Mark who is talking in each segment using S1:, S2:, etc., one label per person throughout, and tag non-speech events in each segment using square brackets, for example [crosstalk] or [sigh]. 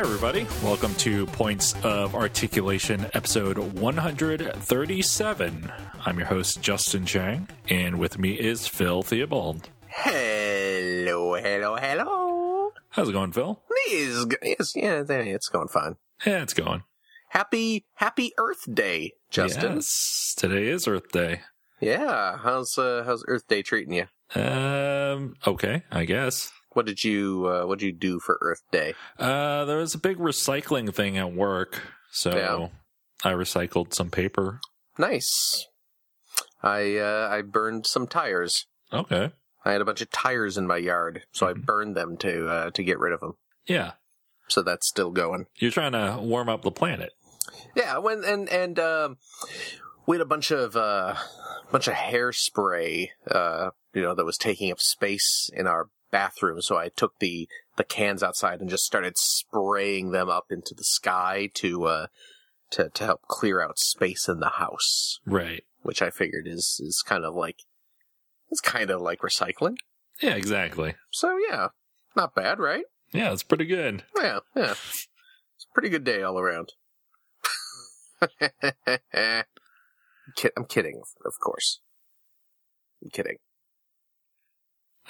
S1: everybody. Welcome to Points of Articulation, episode 137. I'm your host, Justin Chang, and with me is Phil Theobald.
S2: Hello, hello, hello.
S1: How's it going, Phil?
S2: It is go- It's, yeah, it's going fine.
S1: Yeah, it's going.
S2: Happy, happy Earth Day, Justin.
S1: Yes, today is Earth Day.
S2: Yeah. How's, uh, how's Earth Day treating you?
S1: Um, okay, I guess.
S2: What did you, uh, what did you do for Earth Day?
S1: Uh, there was a big recycling thing at work, so
S2: Yeah.
S1: I recycled some paper.
S2: Nice. I, uh, I burned some tires.
S1: Okay.
S2: I had a bunch of tires in my yard, so I
S1: Mhm.
S2: burned them to, uh, to get rid of them.
S1: Yeah.
S2: So that's still going.
S1: You're trying to warm up the planet.
S2: Yeah, when and and um, we had a bunch of uh, bunch of hairspray, uh, you know, that was taking up space in our bathroom. So I took the the cans outside and just started spraying them up into the sky to uh, to to help clear out space in the house,
S1: Right.
S2: which I figured is is kind of like it's kind of like recycling.
S1: Yeah, exactly.
S2: So yeah, not bad, right?
S1: Yeah, it's pretty good.
S2: Yeah, yeah. It's a pretty good day all around. [laughs] Kid- I'm kidding, of course. I'm kidding.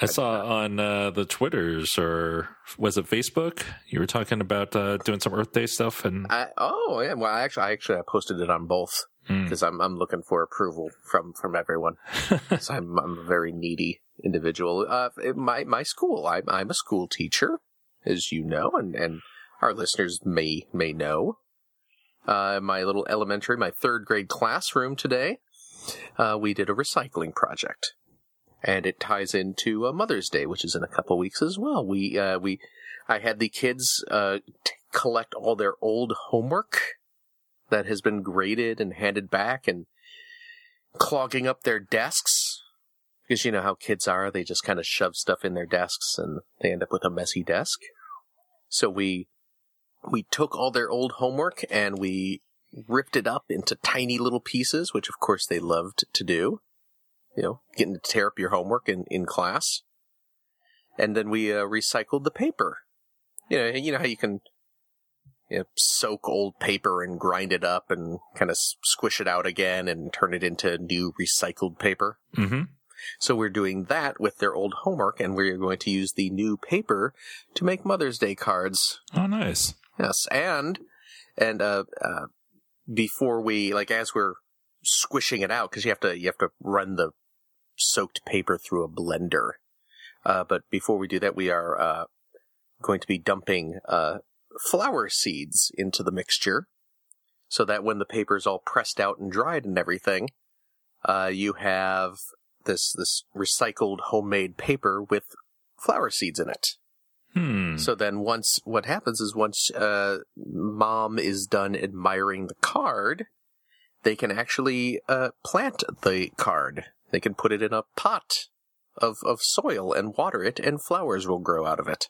S1: I saw on uh, the Twitters or was it Facebook? You were talking about uh, doing some Earth Day stuff, and
S2: I, oh yeah, well, I actually, I actually, I posted it on both
S1: Mm.
S2: because I'm, I'm looking for approval from from everyone. 'Cause I'm, I'm a very needy individual. Uh, it- my my school, I'm I'm a school teacher, as you know, and and our listeners may may know. Uh, my little elementary, my third grade classroom today, uh, we did a recycling project, and it ties into uh, Mother's Day, which is in a couple weeks as well. We uh, we I had the kids uh, t- collect all their old homework that has been graded and handed back, and clogging up their desks because you know how kids are they just kind of shove stuff in their desks and they end up with a messy desk so we we took all their old homework and we ripped it up into tiny little pieces which of course they loved to do you know getting to tear up your homework in, in class and then we uh, recycled the paper you know you know how you can you know, soak old paper and grind it up and kind of squish it out again and turn it into new recycled paper.
S1: Mhm.
S2: So we're doing that with their old homework and we're going to use the new paper to make Mother's Day cards.
S1: oh, nice.
S2: Yes, and and uh, uh, before we like as we're squishing it out because you have to you have to run the soaked paper through a blender. Uh, but before we do that, we are uh, going to be dumping uh, flower seeds into the mixture, so that when the paper is all pressed out and dried and everything, uh, you have this this recycled homemade paper with flower seeds in it.
S1: Hmm.
S2: So then once what happens is once uh, mom is done admiring the card, they can actually uh, plant the card. They can put it in a pot of of soil and water it and flowers will grow out of it.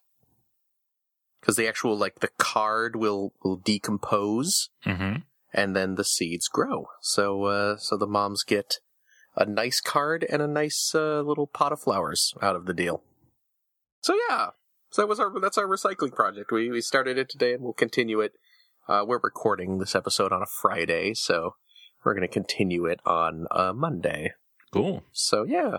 S2: Cuz the actual like the card will will decompose
S1: hmm
S2: and then the seeds grow. So uh, so the moms get a nice card and a nice uh, little pot of flowers out of the deal. So yeah, so that was our that's our recycling project. We we started it today and we'll continue it. Uh, we're recording this episode on a Friday, so we're going to continue it on uh, Monday.
S1: Cool.
S2: So yeah,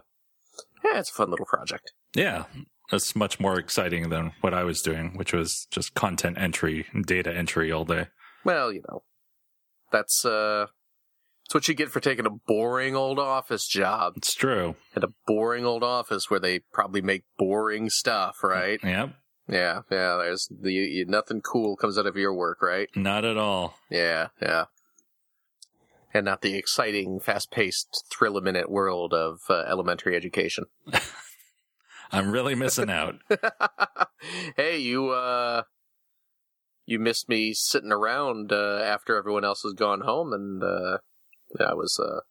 S2: yeah, it's a fun little project.
S1: Yeah, that's much more exciting than what I was doing, which was just content entry, and data entry all day.
S2: Well, you know, that's uh, that's what you get for taking a boring old office job.
S1: It's true.
S2: at a boring old office where they probably make boring stuff, right?
S1: Yep.
S2: Yeah, yeah. There's the you, you- nothing cool comes out of your work, right?
S1: Not at all.
S2: Yeah, yeah. And not the exciting, fast-paced, thrill-a-minute world of uh, elementary education.
S1: I'm really missing
S2: [laughs]
S1: out.
S2: hey, you uh, you missed me sitting around uh, after everyone else has gone home, and uh, I was uh,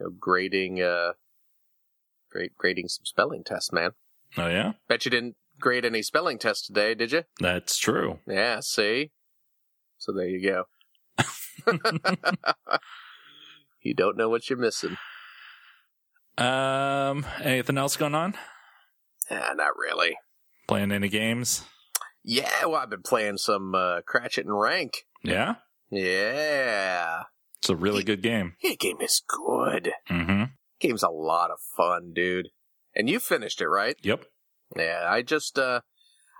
S2: you know, grading uh, grade, grading some spelling tests, man.
S1: Oh yeah,
S2: Bet you didn't grade any spelling test today, did you?
S1: that's true.
S2: Yeah, see? So there you go. you don't know what you're missing.
S1: Um, anything else going on?
S2: Ah, not really.
S1: Playing any games?
S2: Yeah, well, I've been playing some uh, Cratchit and Rank.
S1: Yeah,
S2: Yeah,
S1: it's a really good game.
S2: yeah, game is good.
S1: Mm-hmm.
S2: Game's a lot of fun, dude. And you finished it, right?
S1: Yep.
S2: Yeah, I just uh,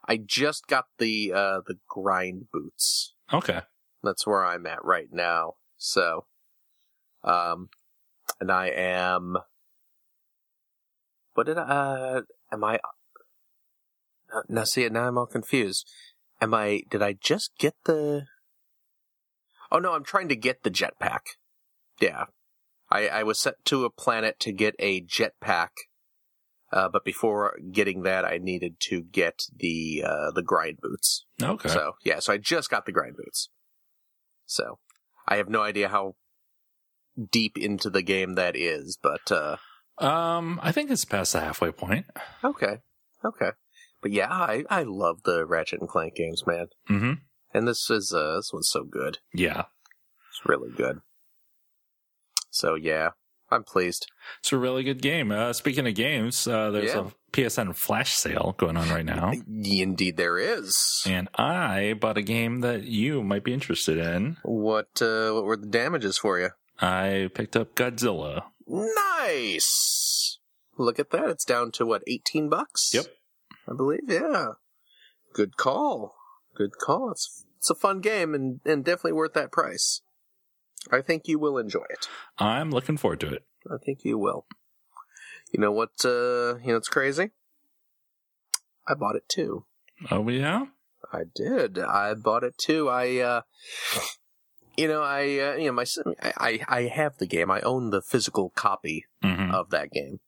S2: I just got the uh the grind boots.
S1: Okay.
S2: That's where I'm at right now. So, um, and I am. What did I? Uh, am I? Now- Now see, now I'm all confused. Am I? Did I just get the? Oh no, I'm trying to get the jetpack. Yeah, I I was sent to a planet to get a jetpack. Uh, but before getting that, I needed to get the uh, the grind boots.
S1: Okay.
S2: So yeah, so I just got the grind boots. So I have no idea how deep into the game that is, but uh
S1: um, I think it's past the halfway point.
S2: okay. Okay. But yeah, I, I love the Ratchet and Clank games, man.
S1: Mm-hmm.
S2: And this is uh this one's so good.
S1: Yeah,
S2: It's really good. So yeah, I'm pleased.
S1: it's a really good game. Uh, speaking of games, uh, there's
S2: Yeah.
S1: a PSN flash sale going on right now.
S2: Indeed there is.
S1: And I bought a game that you might be interested in.
S2: What uh what were the damages for you?
S1: I picked up Godzilla.
S2: Nice. Look at that. It's down to what, 18 bucks?
S1: Yep.
S2: I believe, yeah. Good call. Good call. It's it's a fun game and, and definitely worth that price. I think you will enjoy it.
S1: I'm looking forward to it.
S2: I think you will. You know what uh you know it's crazy? I bought it too.
S1: Oh yeah,
S2: I did. I bought it too. I, uh, you know, I, uh, you know, my, s- I, I I have the game. I own the physical copy
S1: hmm
S2: of that game.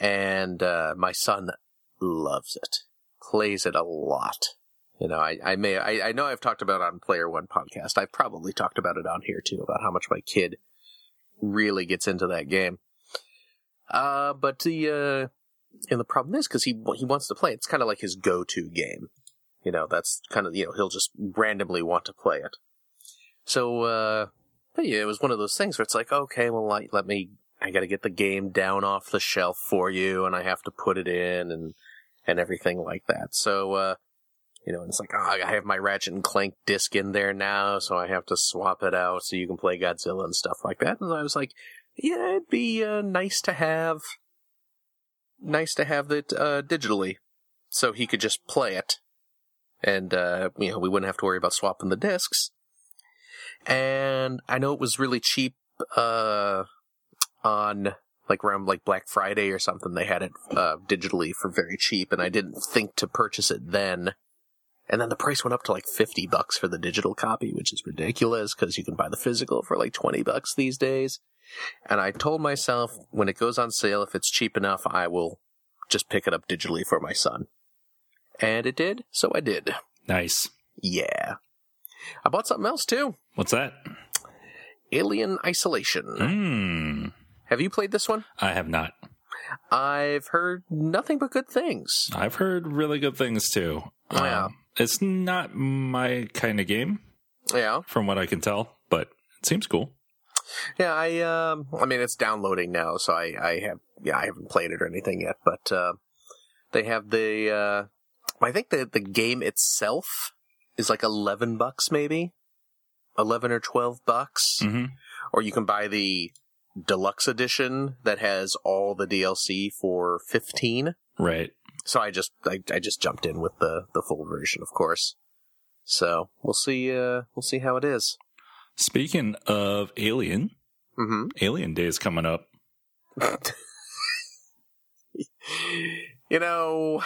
S2: And uh, my son loves it, plays it a lot. You know, I, I may, I, I know I've talked about it on Player One podcast. I've probably talked about it on here too, about how much my kid really gets into that game. Uh, but the, uh, and the problem is because he, he wants to play it. It's kind of like his go-to game. You know, that's kind of, you know, he'll just randomly want to play it. So, uh, but yeah, it was one of those things where it's like, okay, well, like, let me I got to get the game down off the shelf for you, and I have to put it in and and everything like that. So, uh, you know, it's like oh, I have my Ratchet and Clank disc in there now, so I have to swap it out so you can play Godzilla and stuff like that. And I was like, yeah, it'd be uh, nice to have, nice to have it uh, digitally, so he could just play it, and uh, you know, we wouldn't have to worry about swapping the discs. And I know it was really cheap. Uh, on like around like Black Friday or something. They had it uh, digitally for very cheap, and I didn't think to purchase it then. And then the price went up to like fifty bucks for the digital copy, which is ridiculous because you can buy the physical for like twenty bucks these days. And I told myself when it goes on sale, if it's cheap enough, I will just pick it up digitally for my son. And it did, so I did.
S1: nice.
S2: Yeah. I bought something else too.
S1: What's that?
S2: Alien Isolation.
S1: Mm,
S2: Have you played this one?
S1: I have not.
S2: I've heard nothing but good things.
S1: I've heard really good things too.
S2: Oh,
S1: Um,
S2: Yeah.
S1: it's not my kind of game,
S2: Yeah,
S1: from what I can tell, but it seems cool.
S2: yeah. I, um, I mean, it's downloading now, so I, I have, yeah, I haven't played it or anything yet. But uh, they have the, uh, I think the the game itself is like eleven bucks, maybe eleven or twelve bucks,
S1: hmm
S2: or you can buy the deluxe edition that has all the DLC for fifteen.
S1: Right.
S2: so I just I, I just jumped in with the the full version, of course. So we'll see uh we'll see how it is.
S1: Speaking of Alien,
S2: Mm-hmm.
S1: Alien Day is coming up.
S2: you know,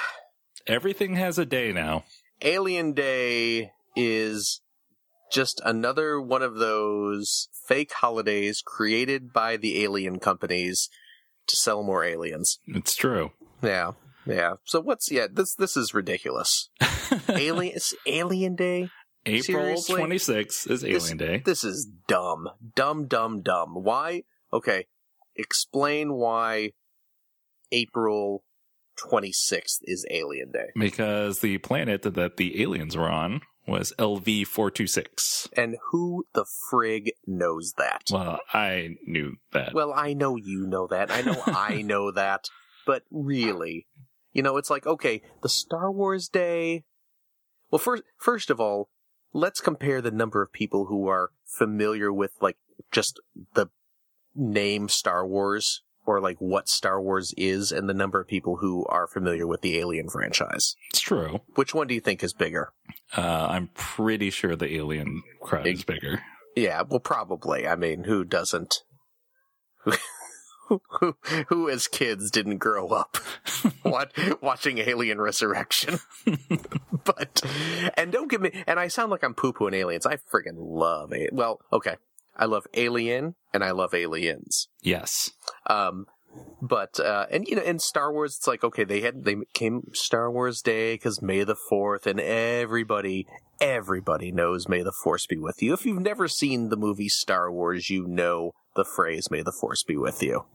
S1: Everything has a day now.
S2: Alien Day is just another one of those fake holidays created by the alien companies to sell more aliens.
S1: It's true.
S2: Yeah. Yeah. So what's yeah, this this is ridiculous. alien it's Alien Day?
S1: [laughs] April
S2: Seriously?
S1: 26th is Alien
S2: This-
S1: Day.
S2: This is dumb. Dumb, dumb, dumb. Why? Okay. Explain why April 26th is Alien Day.
S1: because the planet that the aliens were on was LV 426.
S2: And who the frig knows that?
S1: Well, I knew that.
S2: Well, I know you know that. I know I know that. But really, you know, it's like, okay, the Star Wars Day, Well, first, first of all, let's compare the number of people who are familiar with like just the name Star Wars or like what Star Wars is and the number of people who are familiar with the Alien franchise.
S1: It's true.
S2: Which one do you think is bigger?
S1: Uh, I'm pretty sure the alien crowd is bigger.
S2: Yeah, well, probably. I mean, who doesn't? [laughs] who, who as kids didn't grow up [laughs] wat- watching Alien Resurrection? [laughs] but, and don't give me, and I sound like I'm poo pooing aliens. I friggin' love it. Well, okay. I love Alien and I love Aliens.
S1: Yes.
S2: Um, but uh, and you know, in Star Wars, it's like okay, they had they came Star Wars Day because May the Fourth, and everybody everybody knows May the Force be with you. If you've never seen the movie Star Wars, you know the phrase May the Force be with you.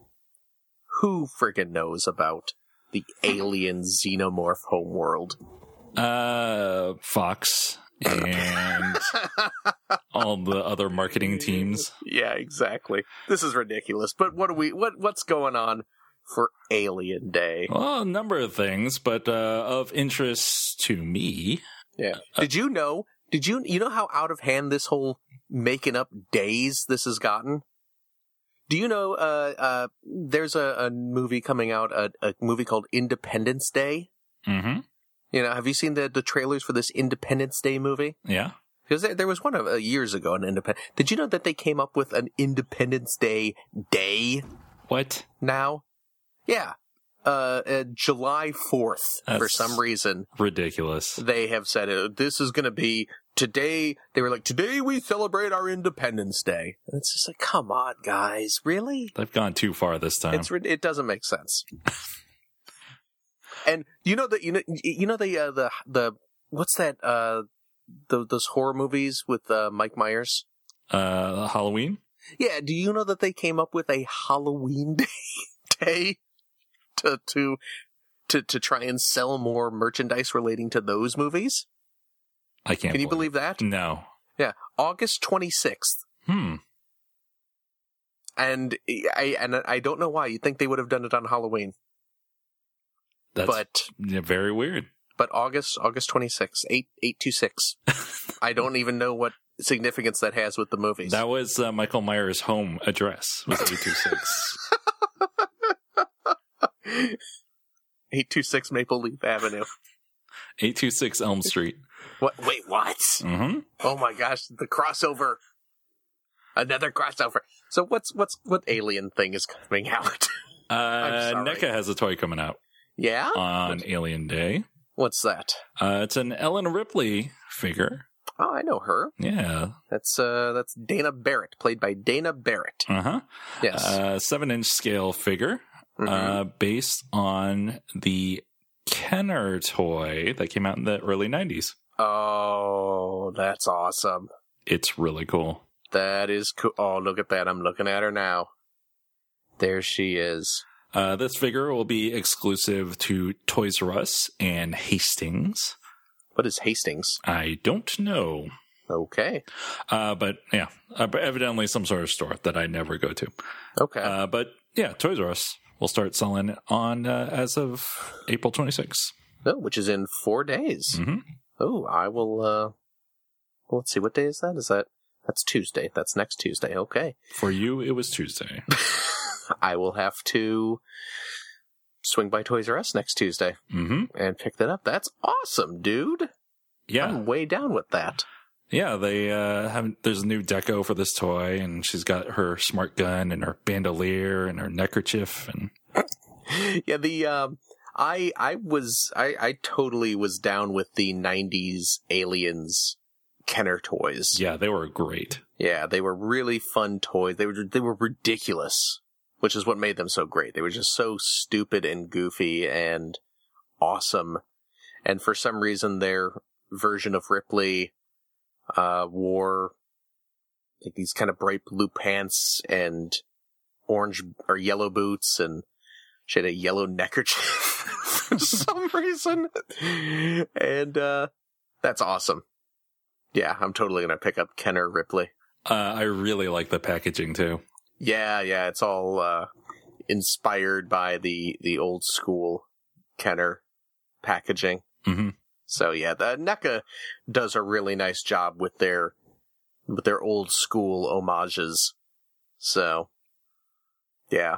S2: Who friggin' knows about the alien xenomorph homeworld? [laughs]
S1: Uh, Fox and all the other marketing teams.
S2: Yeah, exactly. This is ridiculous. But what are we? What what's going on for Alien Day?
S1: Well, a number of things, but uh, of interest to me.
S2: Yeah. Did you know? Did you you know how out of hand this whole making up days this has gotten? Do you know? Uh, uh, there's a, a movie coming out, a, a movie called Independence Day. Mm-hmm.
S1: hmm
S2: You know, have you seen the the trailers for this Independence Day movie?
S1: Yeah.
S2: Because there, there was one of uh, years ago an independent. Did you know that they came up with an Independence Day day
S1: What?
S2: now? Yeah, uh, uh July fourth. For
S1: That's-
S2: some reason,
S1: Ridiculous.
S2: they have said uh, this is going to be today. They were like, today we celebrate our Independence Day. And it's just like, come on, guys, really?
S1: They've gone too far this time.
S2: It's rid- it doesn't make sense. and you know that you know you know the uh, the the what's that uh tho- those horror movies with uh, Mike Myers?
S1: uh, Halloween?
S2: Yeah, do you know that they came up with a Halloween [laughs] day day to to to to try and sell more merchandise relating to those movies?
S1: I can't.
S2: Can you believe that?
S1: it. No.
S2: Yeah, August 26th.
S1: Hmm.
S2: And I and I don't know why. You'd think they would have done it on Halloween,
S1: That's
S2: but
S1: yeah, very weird.
S2: but August August 26th, 8
S1: [laughs]
S2: 826. I don't even know what significance that has with the movies.
S1: That was uh, Michael Myers' home address.
S2: [laughs]
S1: Was eight two six?
S2: 826 Maple Leaf Avenue.
S1: Eight two six Elm Street.
S2: What wait, what?
S1: hmm
S2: Oh my gosh, the crossover. Another crossover. So what's what's what alien thing is coming out? [laughs]
S1: Uh,
S2: sorry. Oh,
S1: NECA has a toy coming out
S2: yeah?
S1: on Alien Day.
S2: What's that?
S1: Uh, it's an Ellen Ripley figure.
S2: Oh, I know her.
S1: Yeah.
S2: That's uh that's Dana Barrett, played by Dana Barrett.
S1: Uh-huh.
S2: Yes.
S1: Uh, seven inch scale figure,
S2: Mhm.
S1: uh, based on the Kenner toy that came out in the early 90s.
S2: oh, that's awesome.
S1: It's really cool.
S2: That is cool. Oh, look at that. I'm looking at her now. There she is.
S1: Uh, this figure will be exclusive to Toys R Us and Hastings.
S2: What is Hastings?
S1: I don't know.
S2: Okay.
S1: Uh, but yeah, uh, but evidently some sort of store that I never go to.
S2: Okay.
S1: Uh, but yeah, Toys R Us will start selling on uh, as of April 26th.
S2: oh, which is in four days.
S1: Mhm.
S2: Oh, I will, uh, well, let's see. What day is that? Is that, that's Tuesday. That's next
S1: [laughs]
S2: Tuesday. Okay.
S1: For you, it was Tuesday.
S2: I will have to swing by Toys R Us next Tuesday
S1: hmm
S2: and pick that up. That's awesome, dude.
S1: Yeah.
S2: I'm way down with that.
S1: Yeah, they uh, have. There's a new deco for this toy, and she's got her smart gun and her bandolier and her neckerchief, and
S2: [laughs] yeah, the um, I I was I I totally was down with the '90s aliens Kenner toys.
S1: yeah, they were great.
S2: Yeah, they were really fun toys. They were they were ridiculous, which is what made them so great. They were just so stupid and goofy and awesome. And for some reason, their version of Ripley uh, wore like these kind of bright blue pants and orange or yellow boots, and she had a yellow neckerchief [laughs] for some reason. And uh, that's awesome. Yeah, I'm totally gonna pick up Kenner Ripley.
S1: Uh, I really like the packaging too.
S2: Yeah, yeah, it's all uh, inspired by the the old school Kenner packaging.
S1: Mhm.
S2: So yeah, the NECA does a really nice job with their with their old school homages. So yeah.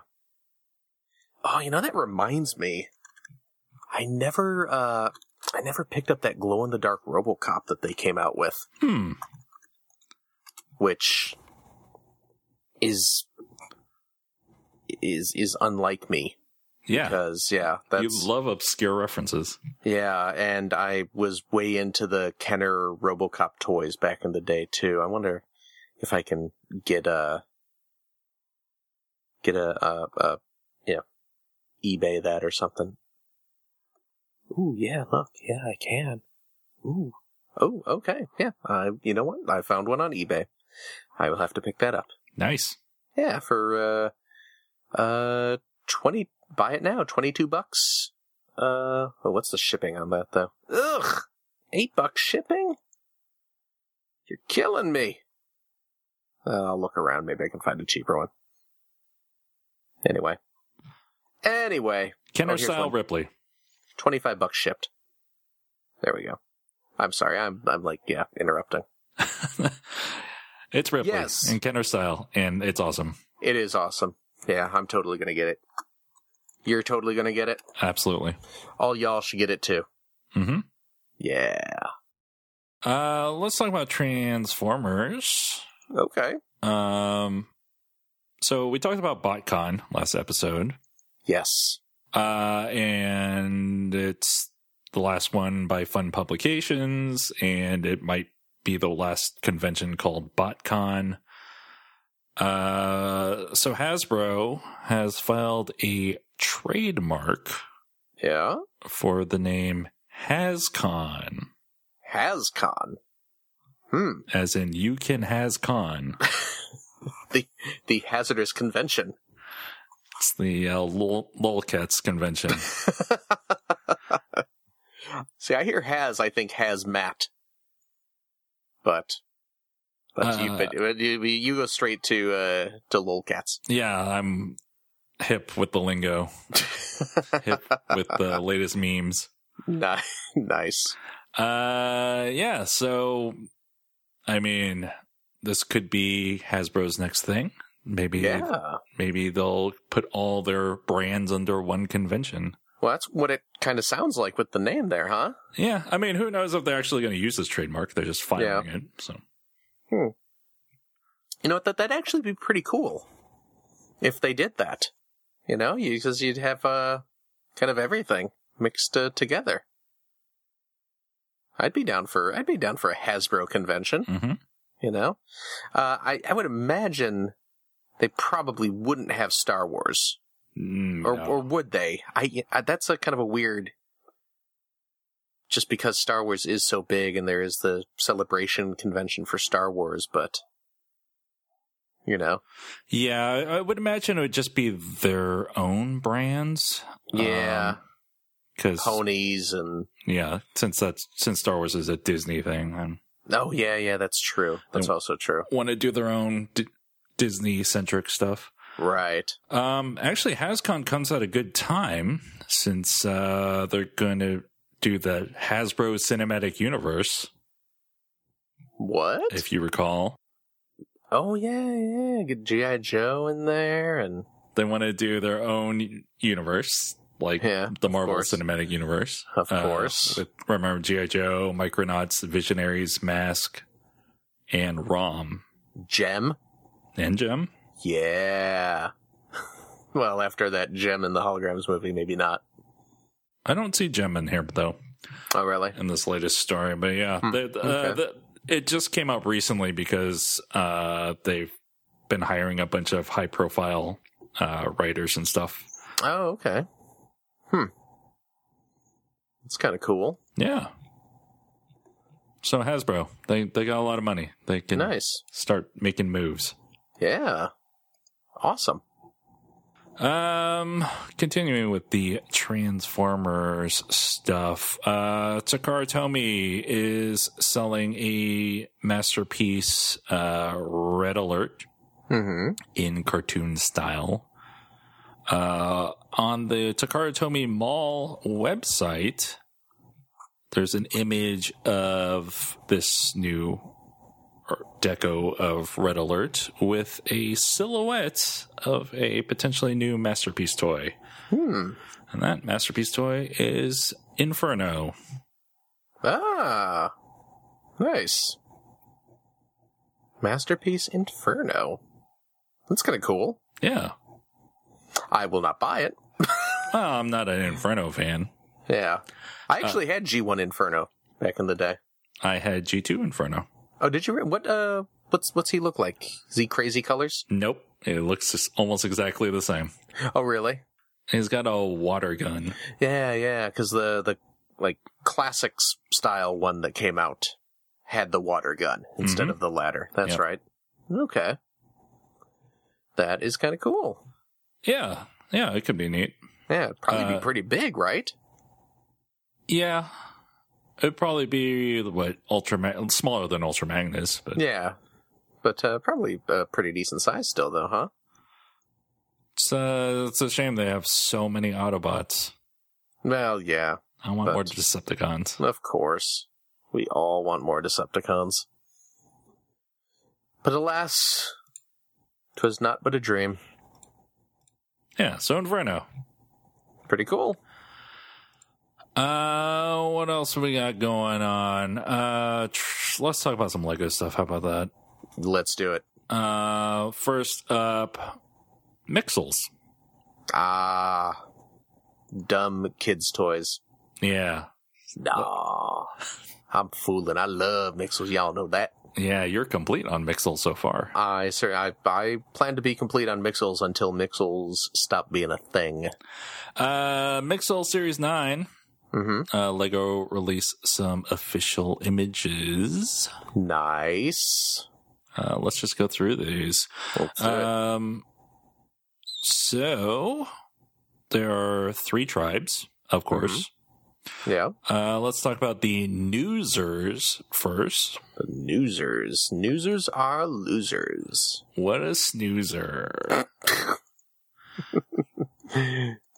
S2: Oh, you know that reminds me. I never uh I never picked up that glow in the dark RoboCop that they came out with,
S1: Hmm.
S2: which is is is unlike me
S1: Yeah.
S2: because yeah, that's
S1: You love obscure references.
S2: Yeah, and I was way into the Kenner RoboCop toys back in the day too. I wonder if I can get a get a a, a yeah eBay that or something. Ooh, yeah, look, yeah, I can. Ooh, oh, okay, yeah. I you know what? I found one on eBay. I will have to pick that up.
S1: Nice.
S2: Yeah, for uh uh twenty buy it now, twenty two bucks. Uh oh, what's the shipping on that though? Ugh eight bucks shipping? You're killing me. Uh, I'll look around, maybe I can find a cheaper one. Anyway. Anyway,
S1: Kenner
S2: here's
S1: style
S2: one.
S1: Ripley. [laughs]
S2: twenty five bucks shipped. There we go. I'm sorry, I'm I'm like, yeah, interrupting.
S1: It's Ripley
S2: Yes.
S1: in Kenner style, and it's awesome.
S2: It is awesome. Yeah, I'm totally gonna get it. You're totally gonna get it.
S1: Absolutely.
S2: All y'all should get it too.
S1: Mm-hmm.
S2: Yeah.
S1: Uh, let's talk about Transformers.
S2: Okay.
S1: Um, so we talked about BotCon last episode,
S2: Yes.
S1: uh, and it's the last one by Fun Publications, and it might be the last convention called BotCon. Uh, so Hasbro has filed a trademark
S2: Yeah.
S1: for the name HasCon,
S2: HasCon. Hmm.
S1: as in you can HasCon.
S2: The hazardous convention. [laughs]
S1: It's the uh, Lol- lolcats convention.
S2: See, I hear has, I think hazmat. But, but, you,
S1: Uh,
S2: but you, you go straight to, uh, to [laughs] lolcats.
S1: yeah, I'm hip with the lingo, hip with the latest memes.
S2: Ni- nice.
S1: Uh, yeah. So, I mean, this could be Hasbro's next thing. Maybe,
S2: Yeah.
S1: maybe they'll put all their brands under one convention.
S2: Well, that's what it kind of sounds like with the name there, huh?
S1: Yeah, I mean, who knows if they're actually going to use this trademark? They're just filing it. So,
S2: You know what? That, that'd actually be pretty cool if they did that. You know, because you'd have uh, kind of everything mixed uh, together. I'd be down for I'd be down for a Hasbro convention.
S1: hmm
S2: You know, uh, I I would imagine they probably wouldn't have Star Wars,
S1: Mm,
S2: or or would they? I, I that's a kind of a weird. Just because Star Wars is so big and there is the celebration convention for Star Wars, but you know,
S1: Yeah, I I would imagine it would just be their own brands.
S2: Yeah,
S1: because
S2: ponies and
S1: yeah, since that's since Star Wars is a Disney thing, and
S2: oh yeah, yeah, that's true. That's
S1: Yeah.
S2: also true.
S1: want to do their own D- Disney centric stuff.
S2: Right.
S1: Um, actually, Hascon comes at a good time since uh, they're going to do the Hasbro Cinematic Universe,
S2: What?
S1: if you recall.
S2: oh yeah, yeah. Get GI Joe in there and
S1: They want to do their own universe, like
S2: yeah,
S1: the Marvel
S2: course.
S1: Cinematic Universe.
S2: of
S1: Uh,
S2: course.
S1: with, remember G.I. Joe, Micronauts, Visionaries, Mask, and ROM.
S2: Gem.
S1: And Gem?
S2: Yeah. [laughs] well, after that Gem in the holograms movie, maybe not.
S1: I don't see Gem in here, though,
S2: Oh really?
S1: in this latest story. But yeah,
S2: Hmm,
S1: the- the- uh,
S2: okay.
S1: the- it just came up recently because uh, they've been hiring a bunch of high profile uh, writers and stuff.
S2: Oh okay. Hmm. That's kind of cool.
S1: Yeah. So Hasbro, they they got a lot of money. They can
S2: Nice.
S1: start making moves.
S2: Yeah. Awesome.
S1: Um, continuing with the Transformers stuff, uh, Takara Tomy is selling a masterpiece, uh, Red Alert
S2: Mm-hmm.
S1: in cartoon style. Uh, on the Takara Tomy Mall website, there's an image of this new art deco of Red Alert with a silhouette of a potentially new masterpiece toy.
S2: Hmm.
S1: And that masterpiece toy is Inferno.
S2: Ah. Nice. Masterpiece Inferno. That's kind of cool.
S1: Yeah.
S2: I will not buy it.
S1: Well, I'm not an Inferno fan.
S2: Yeah. I actually had G1 Inferno back in the day.
S1: I had G2 Inferno.
S2: Oh, did you? Re- what? Uh, what's what's he look like? Is he crazy colors?
S1: Nope. It looks just almost exactly the same.
S2: Oh, really?
S1: He's got a water gun.
S2: Yeah, yeah. Because the the like classics style one that came out had the water gun instead
S1: Mhm.
S2: of the ladder. That's
S1: Yep.
S2: right. Okay. That is kind of cool.
S1: Yeah. Yeah, it could be neat.
S2: Yeah, it'd probably
S1: Uh,
S2: be pretty big, right?
S1: Yeah. It'd probably be what ultra smaller than Ultra Magnus, but
S2: Yeah, but uh, probably a pretty decent size still, though, huh?
S1: it's uh, it's a shame they have so many Autobots.
S2: Well, yeah,
S1: I want
S2: But-
S1: more Decepticons.
S2: of course. We all want more Decepticons. But alas, 'twas not but a dream.
S1: Yeah, so Inferno.
S2: Pretty cool.
S1: Uh, what else we got going on? Uh, tr- let's talk about some Lego stuff. How about that?
S2: Let's do it.
S1: Uh, first up, Mixels.
S2: Ah, dumb kids' toys.
S1: Yeah,
S2: Nah, I'm fooling. I love Mixels. Y'all know that.
S1: yeah, you're complete on Mixels so far.
S2: I sir, I I plan to be complete on Mixels until Mixels stop being a thing.
S1: Uh, Mixel Series Nine.
S2: hmm
S1: Uh, Lego release some official images.
S2: Nice.
S1: Uh, let's just go through these.
S2: Let's do it.
S1: Um, so there are three tribes, of course.
S2: Yeah.
S1: Uh, let's talk about the newsers first.
S2: The newsers. Newsers are losers.
S1: What a snoozer!
S2: [laughs]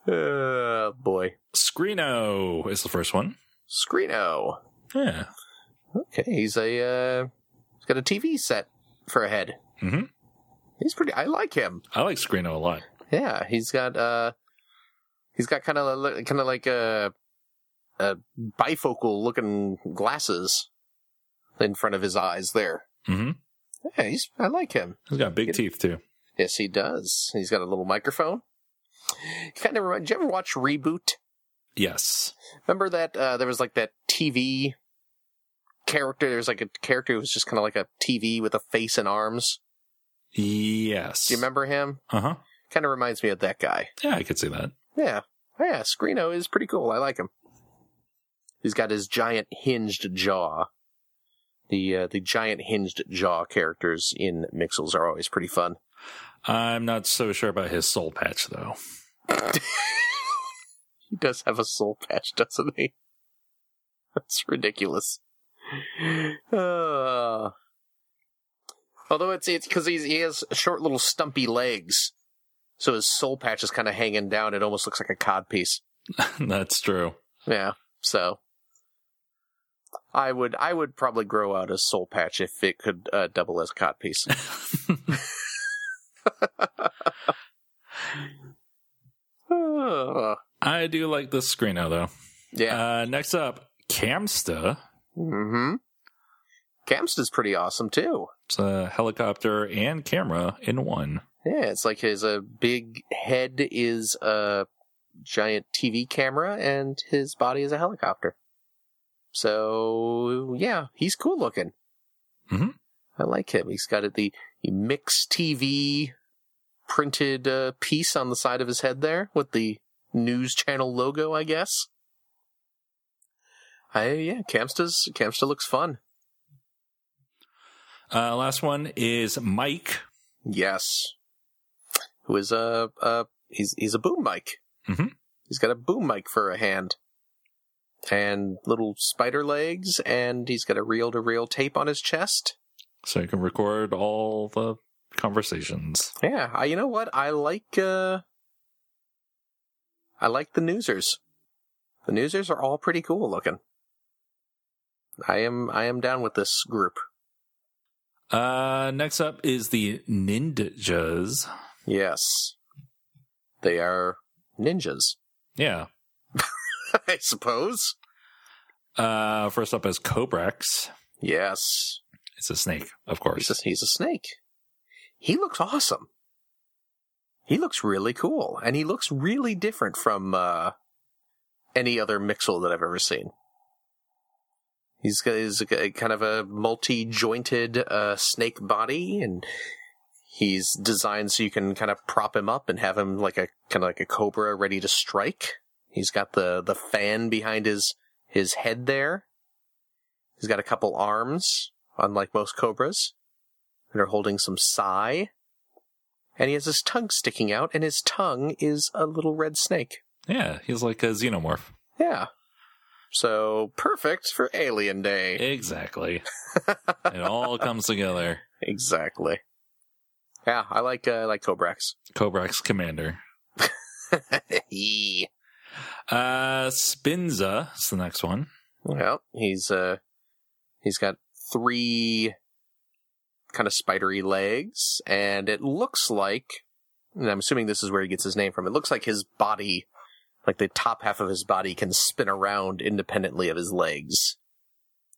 S2: Uh, boy.
S1: Screeno is the first one.
S2: Screeno.
S1: Yeah,
S2: Okay, he's a, uh, he's got a TV set for a head.
S1: Mhm.
S2: He's pretty, I like him.
S1: I like Screeno a lot.
S2: Yeah, he's got, uh, he's got kind of, kind of like a, a bifocal looking glasses in front of his eyes there.
S1: hmm
S2: Yeah, he's, I like him.
S1: He's got big
S2: Good.
S1: teeth too.
S2: Yes, he does. He's got a little microphone. Kind of. Did you ever watch Reboot?
S1: Yes.
S2: Remember that uh, there was like that TV character. There was like a character who was just kind of like a TV with a face and arms.
S1: Yes.
S2: Do you remember him?
S1: Uh huh.
S2: Kind of reminds me of that guy.
S1: Yeah, I could see that.
S2: Yeah, yeah. Screeno is pretty cool. I like him. He's got his giant hinged jaw. The uh, the giant hinged jaw characters in Mixels are always pretty fun.
S1: I'm not so sure about his soul patch though.
S2: He [laughs] does have a soul patch, doesn't he? [laughs] That's ridiculous. [sighs] Uh, although it's it's because he has short little stumpy legs, so his soul patch is kind of hanging down. It almost looks like a codpiece.
S1: [laughs] That's true.
S2: Yeah. So I would I would probably grow out a soul patch if it could uh, double as a [sighs] codpiece. Uh,
S1: I do like this Screeno though.
S2: yeah.
S1: Uh, next up, Camsta.
S2: mm-hmm. Camsta's pretty awesome too.
S1: It's a helicopter and camera in one.
S2: Yeah, it's like his uh, big head is a giant TV camera, and his body is a helicopter. So yeah, he's cool looking.
S1: Mhm.
S2: I like him. He's got it the mix TV printed uh, piece on the side of his head there with the news channel logo, I guess. I yeah, Camsta's Camsta looks fun.
S1: Uh, last one is Mike.
S2: Yes. Who is a uh he's he's a boom mic.
S1: Mhm.
S2: He's got a boom mic for a hand. And little spider legs, and he's got a reel to reel tape on his chest.
S1: So you can record all the conversations.
S2: Yeah, I, you know what? I like uh I like the newsers. The newsers are all pretty cool looking. I am I am down with this group.
S1: Uh, next up is the ninjas.
S2: Yes. They are ninjas, [laughs]
S1: Yeah.
S2: I suppose.
S1: Uh, first up is Cobrax.
S2: Yes.
S1: It's a snake, of
S2: He's
S1: course.
S2: a, he's a snake. He looks awesome. He looks really cool, and he looks really different from uh, any other Mixel that I've ever seen. He's got he's a, kind of a multi-jointed uh, snake body, and he's designed so you can kind of prop him up and have him like a kind of like a cobra ready to strike. He's got the the fan behind his his head there. He's got a couple arms, unlike most cobras, that are holding some sai. And he has his tongue sticking out, and his tongue is a little red snake.
S1: Yeah, he's like a xenomorph.
S2: Yeah. So perfect for Alien Day. [laughs]
S1: Exactly. it all comes together.
S2: Exactly. Yeah, I like uh, I like Cobrax. [laughs]
S1: Cobrax Commander.
S2: he.
S1: Uh, Spinza is the next one.
S2: Well, he's uh he's got three kind of spidery legs, and it looks like and I'm assuming this is where he gets his name from. It looks like his body like the top half of his body can spin around independently of his legs.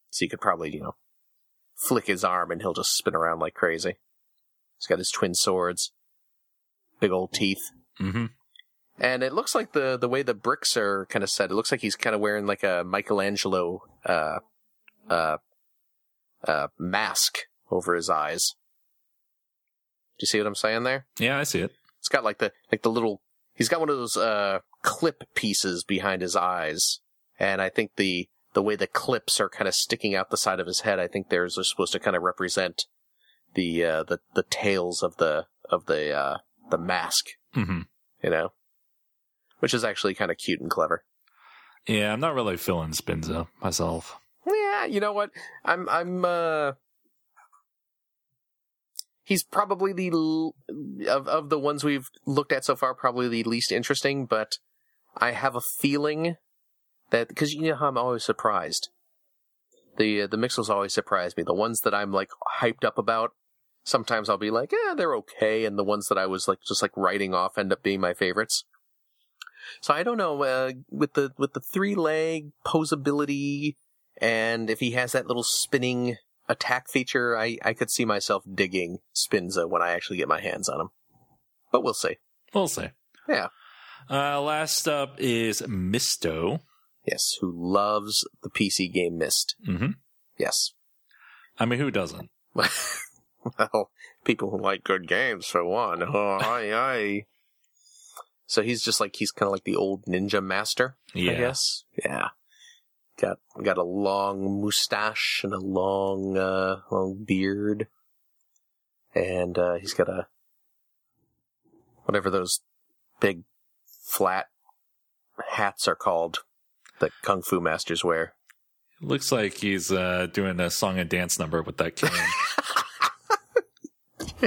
S2: So you could probably, you know, flick his arm and he'll just spin around like crazy. He's got his twin swords, big old teeth.
S1: hmm
S2: And it looks like the the way the bricks are kind of set, it looks like he's kind of wearing like a Michelangelo uh uh uh mask over his eyes. Do you see what I'm saying there?
S1: Yeah, I see it.
S2: It's got like the like the little he's got one of those uh clip pieces behind his eyes. And I think the the way the clips are kind of sticking out the side of his head, I think theirs are supposed to kind of represent the uh the the tails of the of the uh the mask
S1: hmm
S2: you know, which is actually kind of cute and clever.
S1: Yeah, I'm not really feeling Spinza myself.
S2: Yeah, you know what? I'm, I'm, uh, he's probably the, l- of, of the ones we've looked at so far, probably the least interesting, but I have a feeling that, because you know how I'm always surprised. The, uh, the Mixels always surprise me. The ones that I'm like hyped up about, sometimes I'll be like, yeah, they're okay. And the ones that I was like, just like writing off end up being my favorites. So I don't know uh, with the with the three leg posability and if he has that little spinning attack feature, I I could see myself digging Spinza when I actually get my hands on him. But we'll see.
S1: We'll see.
S2: Yeah.
S1: Uh, last up is Misto.
S2: Yes, who loves the PC game Mist?
S1: hmm
S2: Yes. [laughs]
S1: I mean, who doesn't?
S2: well, people who like good games for one. [laughs] Oh, aye, aye. So he's just like he's kind of like the old ninja master.
S1: Yeah.
S2: I guess. Yeah. Got got a long mustache and a long uh long beard. And uh he's got a whatever those big flat hats are called that kung fu masters wear.
S1: Looks like he's uh, doing a song and dance number with that
S2: [laughs]
S1: cane.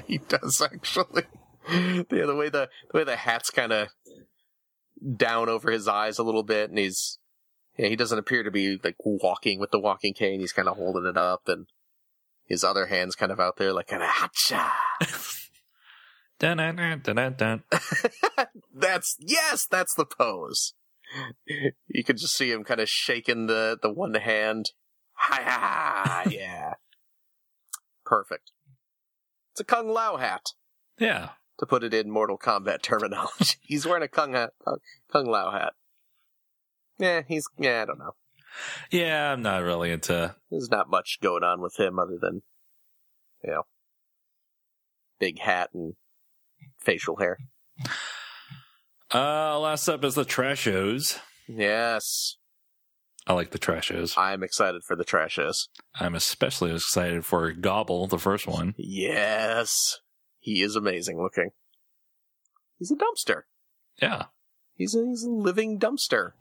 S2: he does actually. [laughs] Yeah, the way the, the way the hat's kind of down over his eyes a little bit, and he's yeah, he doesn't appear to be like walking with the walking cane. He's kind of holding it up, and his other hand's kind of out there like kind of hacha. [laughs]
S1: dun, dun, dun, dun, dun.
S2: That's yes, that's the pose. You could just see him kind of shaking the the one hand. Ha ha ha! [laughs] Yeah, perfect. It's a kung lao hat.
S1: [laughs] Yeah.
S2: to put it in Mortal Kombat terminology. [laughs] he's wearing a kung hat, kung, kung lao hat. Yeah, he's yeah, I don't know.
S1: Yeah, I'm not really into.
S2: There's not much going on with him other than you know big hat and facial hair.
S1: Uh, last up is the Trashos.
S2: Yes,
S1: I like the Trashos.
S2: I'm excited for the trashes.
S1: I'm especially excited for Gobble, the first one.
S2: Yes, he is amazing looking. He's a dumpster.
S1: Yeah.
S2: He's a, he's a living dumpster.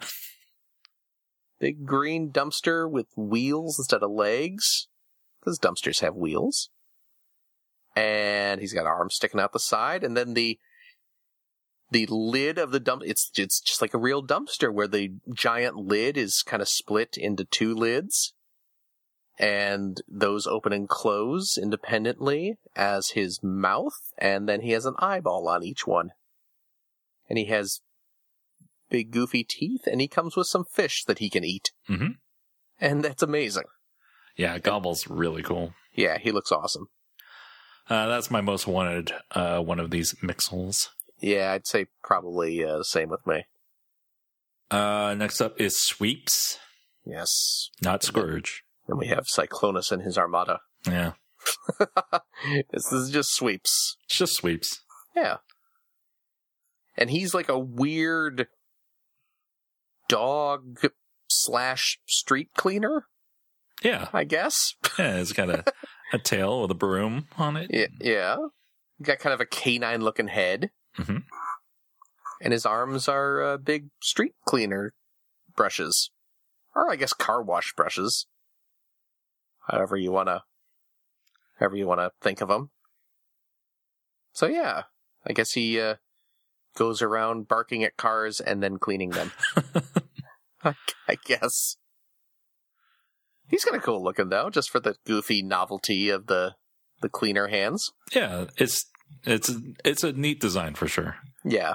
S2: Big green dumpster with wheels instead of legs. Because dumpsters have wheels. And he's got arms sticking out the side. And then the the lid of the dump it's it's just like a real dumpster where the giant lid is kind of split into two lids. and those open and close independently as his mouth, and then he has an eyeball on each one. And he has big goofy teeth, and he comes with some fish that he can eat.
S1: Mhm.
S2: And that's amazing.
S1: Yeah, Gobble's really cool.
S2: Yeah, he looks awesome.
S1: Uh, that's my most wanted uh, one of these mixels.
S2: Yeah, I'd say probably uh, same with me.
S1: Uh, next up is Sweeps,
S2: Yes.
S1: not Scourge.
S2: And we have Cyclonus and his armada. [laughs]
S1: Yeah,
S2: this is just sweeps.
S1: it's just Sweeps.
S2: Yeah. And he's like a weird dog slash street cleaner,
S1: Yeah,
S2: I guess.
S1: yeah it's got a, a tail with a broom on it.
S2: Yeah. yeah. Got kind of a canine looking head.
S1: Mhm.
S2: And his arms are uh, big street cleaner brushes. Or I guess car wash brushes. However you want to, however you want to think of them. So yeah, I guess he, uh, goes around barking at cars and then
S1: [laughs]
S2: cleaning them. [laughs] I, I guess. He's kind of cool looking though, just for the goofy novelty of the the cleaner hands.
S1: Yeah, it's it's it's a neat design for sure.
S2: Yeah.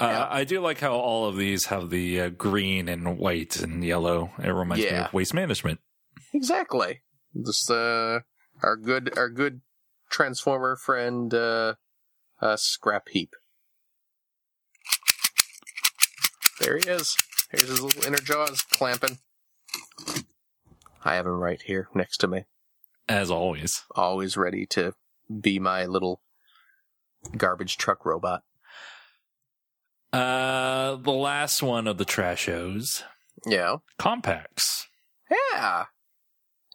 S1: Uh,
S2: Yeah.
S1: I do like how all of these have the uh, green and white and yellow. It reminds me
S2: Yeah.
S1: of waste management.
S2: Exactly. This uh our good our good transformer friend uh uh scrap heap. There he is. Here's his little inner jaws clamping. I have him right here next to me,
S1: As always,
S2: always ready to be my little garbage truck robot.
S1: uh, the last one of the trash shows,
S2: Yeah.
S1: compacts.
S2: Yeah.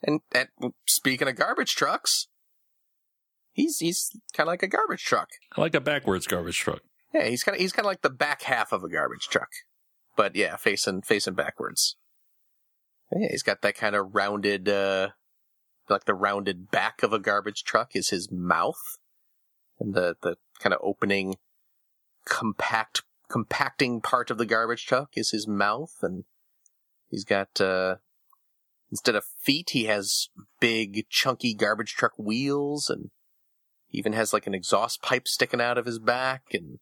S2: And, and speaking of garbage trucks, he's he's kind of like a garbage truck.
S1: I like a backwards garbage truck.
S2: Yeah, he's kind of he's kind of like the back half of a garbage truck, but yeah, facing facing backwards. Yeah, he's got that kind of rounded, uh, like the rounded back of a garbage truck is his mouth, and the the kind of opening, compact compacting part of the garbage truck is his mouth, and he's got uh, instead of feet, he has big chunky garbage truck wheels, and even has like an exhaust pipe sticking out of his back, and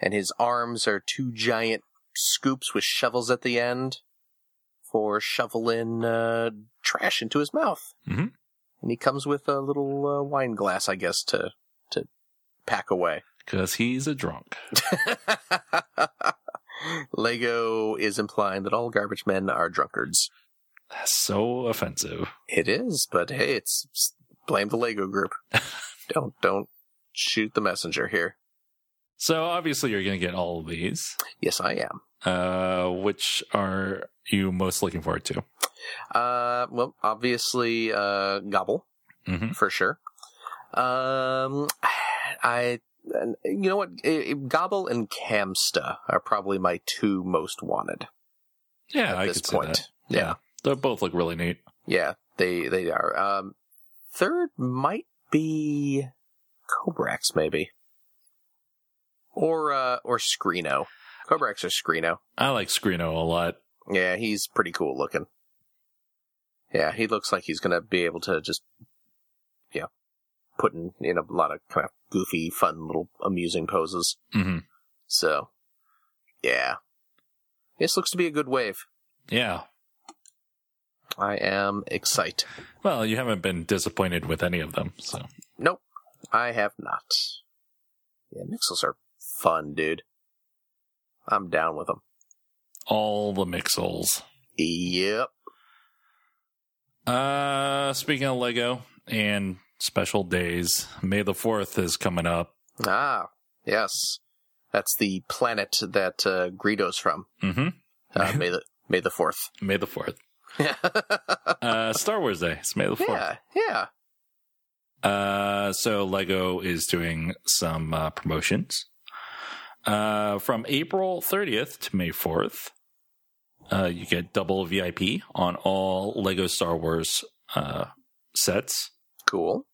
S2: and his arms are two giant scoops with shovels at the end for shoveling uh, trash into his mouth.
S1: Mhm.
S2: And he comes with a little uh, wine glass, I guess, to to pack away. [laughs]
S1: Because he's a drunk.
S2: Lego is implying that all garbage men are drunkards.
S1: That's so offensive.
S2: It is, but hey, it's, it's blame the Lego group. don't don't shoot the messenger here.
S1: So obviously you're going to get all of these.
S2: Yes, I am.
S1: Uh, which are you most looking forward to?
S2: Uh, well, obviously, uh, Gobble
S1: Mm-hmm.
S2: for sure. Um, [sighs] I, and you know what, Eh, eh, Gobble and Camsta are probably my two most wanted
S1: Yeah,
S2: at
S1: I
S2: this
S1: could see
S2: point.
S1: that. They both look really neat.
S2: Yeah, they they are. Um, third might be Cobrax, maybe, or uh, or Screeno. Cobrax or Screeno.
S1: I like Screeno a lot.
S2: Yeah, he's pretty cool looking. Yeah, he looks like he's gonna be able to just, yeah, put in, in a lot of kind of goofy, fun, little amusing poses.
S1: hmm
S2: So, yeah, this looks to be a good wave.
S1: Yeah.
S2: I am excited.
S1: Well, you haven't been disappointed with any of them. So
S2: Nope, I have not. Yeah, mixels are fun, dude. I'm down with them.
S1: all the mixels.
S2: Yep.
S1: Uh, speaking of Lego and special days, May the 4th is coming up.
S2: Ah, yes. That's the planet that uh, Greedo's from.
S1: hmm
S2: Uh, May the May the Fourth.
S1: May the 4th.
S2: yeah,
S1: Uh, Star Wars Day. It's May the 4th.
S2: yeah.
S1: Uh, so Lego is doing some uh, promotions uh, from April 30th to May 4th. Uh, you get double VIP on all Lego Star Wars uh, sets.
S2: Cool.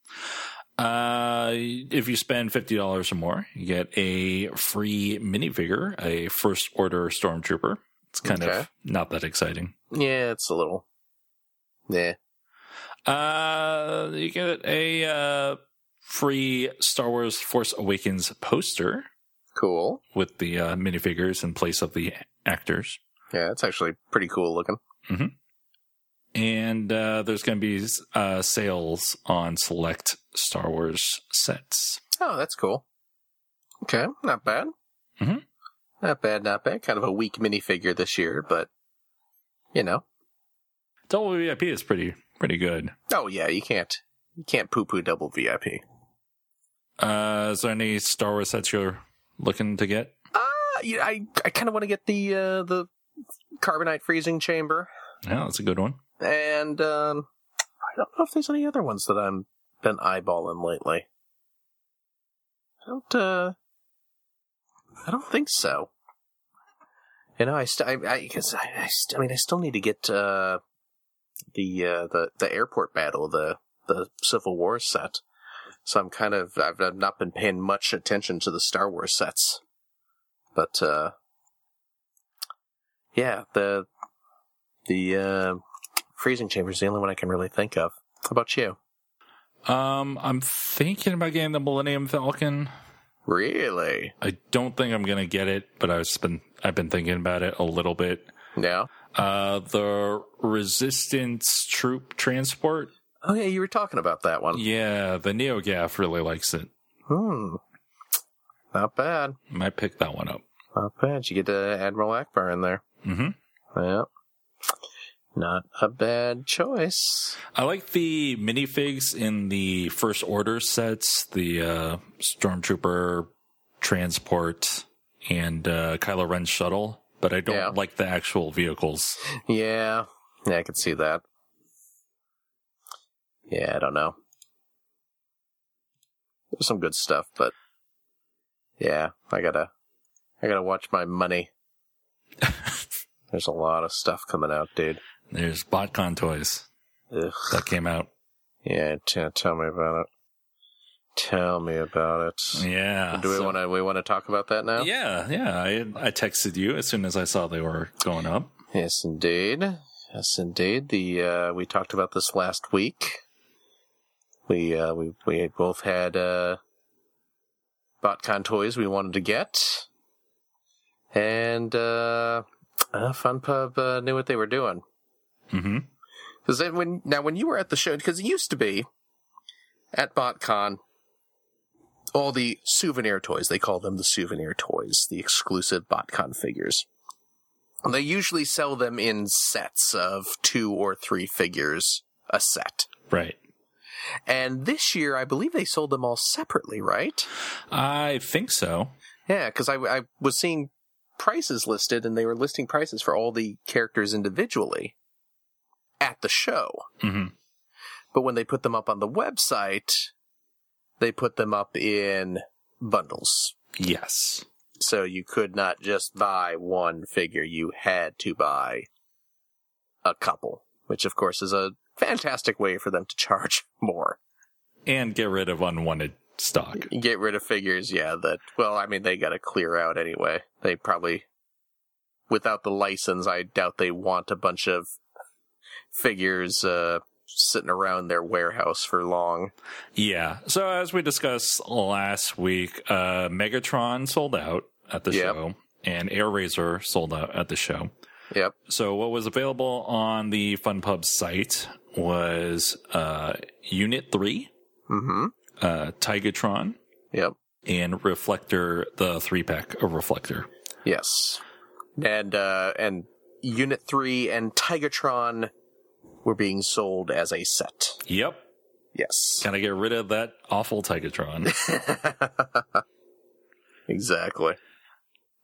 S1: Uh, if you spend fifty dollars or more, you get a free minifigure, a first order stormtrooper. It's kind
S2: Okay.
S1: of not that exciting.
S2: Yeah, it's a little. Yeah.
S1: Uh, you get a uh, free Star Wars Force Awakens poster
S2: Cool.
S1: with the uh, minifigures in place of the actors.
S2: Yeah, it's actually pretty cool looking.
S1: And uh, there's going to be uh, sales on select Star Wars sets.
S2: Oh, that's cool. Okay, not bad.
S1: Mhm.
S2: Not bad, not bad. Kind of a weak minifigure this year, but you know.
S1: Double VIP is pretty pretty good.
S2: Oh yeah, you can't you can't poo poo double VIP.
S1: Uh, is there any Star Wars sets you're looking to get?
S2: Uh, yeah, I I kind of want to get the uh, the carbonite freezing chamber,
S1: Yeah, that's a good one.
S2: and um, I don't know if there's any other ones that I'm been eyeballing lately. I don't uh, I don't think so. You know, I st- I I, cause I, I, st- I mean I still need to get uh the uh the the airport battle the the Civil War set. So I'm kind of I've, I've not been paying much attention to the Star Wars sets, but uh, yeah, the the uh, freezing chamber is the only one I can really think of. How about you?
S1: Um, I'm thinking about getting the Millennium Falcon.
S2: Really?
S1: I don't think I'm gonna get it, but I've been I've been thinking about it a little bit.
S2: No.
S1: Uh, the Resistance troop transport.
S2: Oh yeah, you were talking about that one.
S1: Yeah, the NeoGaf really likes it.
S2: Hmm. Not bad.
S1: Might pick that one up.
S2: Not bad. You get uh, Admiral Akbar in there.
S1: hmm
S2: Yeah. Not a bad choice.
S1: I like the minifigs in the First Order sets, the uh, Stormtrooper transport and uh, Kylo Ren shuttle, but I don't
S2: Yeah.
S1: like the actual vehicles.
S2: Yeah. Yeah, I could see that. Yeah, I don't know. There's some good stuff, but yeah, I gotta, I gotta watch
S1: [laughs]
S2: my money. There's a lot of stuff coming out, dude.
S1: There's BotCon toys
S2: Ugh.
S1: that came out.
S2: Yeah, t- tell me about it. Tell me about it.
S1: Yeah.
S2: Do we
S1: so-
S2: want to? We want to talk about that now?
S1: Yeah, yeah. I, I texted you as soon as I saw they were going up.
S2: Yes, indeed. Yes, indeed. The uh, we talked about this last week. We uh, we we both had uh, BotCon toys we wanted to get, and uh, uh, FunPub uh, knew what they were doing.
S1: hmm
S2: Because when now when you were at the show, because it used to be at BotCon, all the souvenir toys they call them the souvenir toys, the exclusive BotCon figures. And They usually sell them in sets of two or three figures a set.
S1: Right.
S2: And this year, I believe they sold them all separately, right?
S1: I think so.
S2: Yeah, because I, I was seeing prices listed, and they were listing prices for all the characters individually at the show.
S1: hmm
S2: but when they put them up on the website, they put them up in bundles.
S1: Yes.
S2: So you could not just buy one figure, you had to buy a couple, which of course is a fantastic way for them to charge [laughs] more.
S1: And get rid of unwanted stock.
S2: Get rid of figures, yeah, that, well, I mean, they gotta clear out anyway. They probably, without the license, I doubt they want a bunch of figures, uh, sitting around their warehouse for long.
S1: Yeah. So as we discussed last week, uh, Megatron sold out at the
S2: Yep.
S1: show, and Air Razor sold out at the show.
S2: Yep.
S1: So what was available on the FunPub site was uh, Unit Three,
S2: Mm-hmm.
S1: uh, Tigatron,
S2: Yep.
S1: and Reflector, the three pack of Reflector.
S2: Yes. And uh and Unit 3 and Tigatron were being sold as a set.
S1: Yep.
S2: Yes.
S1: Gotta get rid of that awful Tigatron.
S2: [laughs] exactly.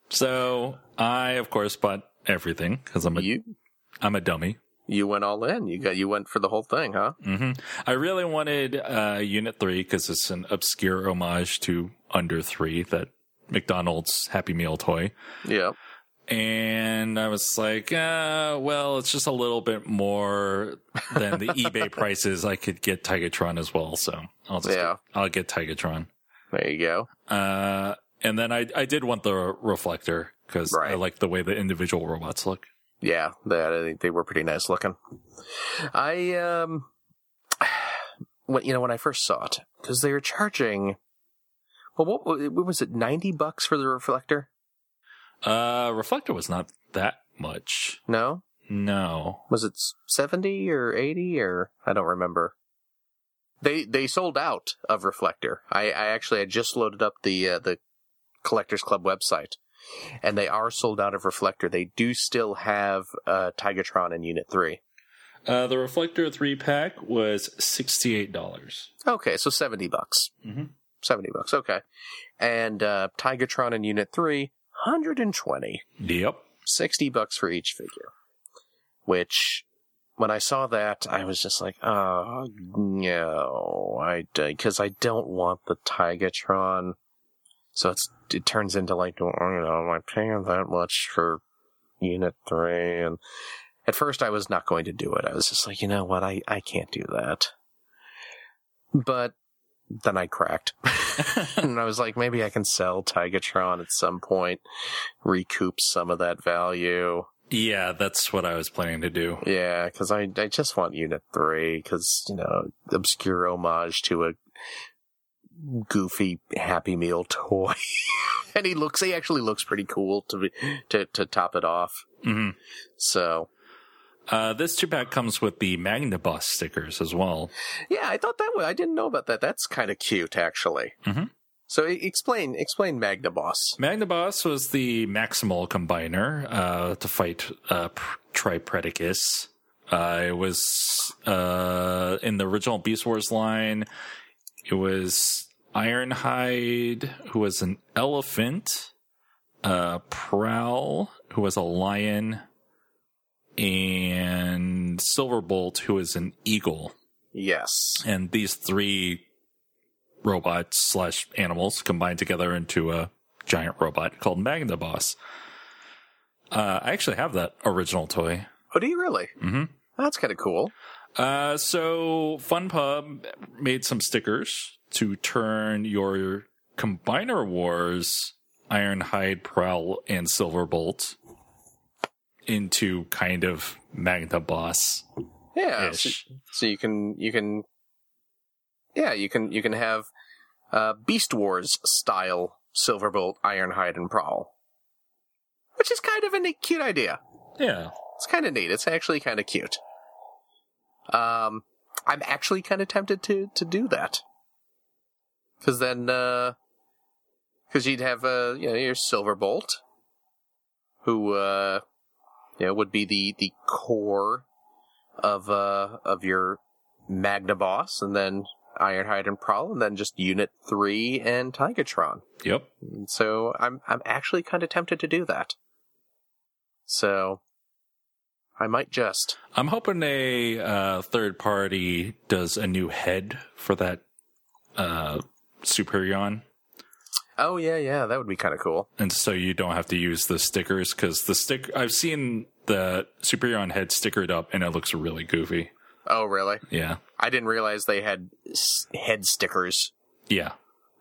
S1: so I, of course, bought everything because I'm a
S2: You
S1: am a dummy.
S2: you went all in. You got you went for the whole thing, huh?
S1: hmm I really wanted uh, Unit Three because it's an obscure homage to Under Three, that McDonald's Happy Meal toy.
S2: Yep.
S1: And I was like, uh, well, it's just a little bit more than
S2: [laughs]
S1: the eBay prices. I could get Tigatron as well, so I'll just
S2: Yeah.
S1: I'll get Tigatron.
S2: There you go.
S1: Uh, and then I I did want the reflector because I
S2: Right.
S1: like the way the individual robots look.
S2: Yeah, that I think they were pretty nice looking. I um [sighs] when you know when I first saw it because they were charging. Well, what, wa- what was it? Ninety bucks for the reflector?
S1: Uh, Reflector was not that much.
S2: No,
S1: No.
S2: was it seventy or eighty or I don't remember. They they sold out of reflector. I, I actually had just loaded up the uh, the collectors club website, and they are sold out of reflector. They do still have uh, Tigatron in Unit Three.
S1: Uh, the Reflector three pack was sixty eight dollars.
S2: Okay, so seventy bucks.
S1: Mm-hmm.
S2: 70 bucks. Okay. And uh, Tigatron in Unit 3, 120.
S1: Yep.
S2: 60 bucks for each figure. Which, when I saw that, I was just like, oh, no. I, because I don't want the Tigatron. So it's, it turns into like, you know, am I paying that much for Unit 3? And at first I was not going to do it. I was just like, you know what? I, I can't do that. But then I cracked. [laughs] and I was like, maybe I can sell Tigatron at some point, recoup some of that value.
S1: yeah, that's what I was planning to do.
S2: Yeah, because I, I just want Unit 3, because, you know, obscure homage to a goofy Happy Meal toy. [laughs] and he looks, he actually looks pretty cool to, be, to, to top it off.
S1: hmm
S2: So,
S1: Uh, this two pack comes with the Magnabus stickers as well.
S2: yeah, I thought that was, I didn't know about that. That's kind of cute, actually.
S1: Mhm.
S2: So e- explain, explain Magnaboss.
S1: Magnaboss was the maximal combiner uh, to fight uh, Pr- Tripredicus. Uh, it was uh, in the original Beast Wars line. It was Ironhide, who was an elephant, uh, Prowl, who was a lion, and Silverbolt, who was an eagle
S2: Yes.
S1: and these three robots slash animals combined together into a giant robot called Magnaboss. Uh, I actually have that original toy.
S2: Oh, do you really?
S1: Mm-hmm.
S2: That's kind of cool.
S1: Uh, so FunPub made some stickers to turn your Combiner Wars Ironhide, Prowl, and Silverbolt into kind of Magnaboss
S2: Yeah. Oh, so-
S1: ish.
S2: So you can you can yeah you can you can have uh, Beast Wars style Silverbolt, Ironhide, and Prowl, which is kind of a neat, cute idea.
S1: Yeah.
S2: It's kind of neat. It's actually kind of cute. Um, I'm actually kind of tempted to to do that because then because you'd have uh you know your Silverbolt, who uh you know would be the the core of uh of your Magna Boss, and then Ironhide and Prowl, and then just Unit Three and Tigatron.
S1: Yep.
S2: And so I'm I'm actually kind of tempted to do that. So I might just.
S1: I'm hoping a uh, third party does a new head for that uh, Superion,
S2: Oh yeah, yeah, that would be kind of cool.
S1: and so you don't have to use the stickers because the stick I've seen the Superion head stickered up, and it looks really goofy.
S2: Oh really?
S1: Yeah,
S2: I didn't realize they had s- head stickers.
S1: yeah,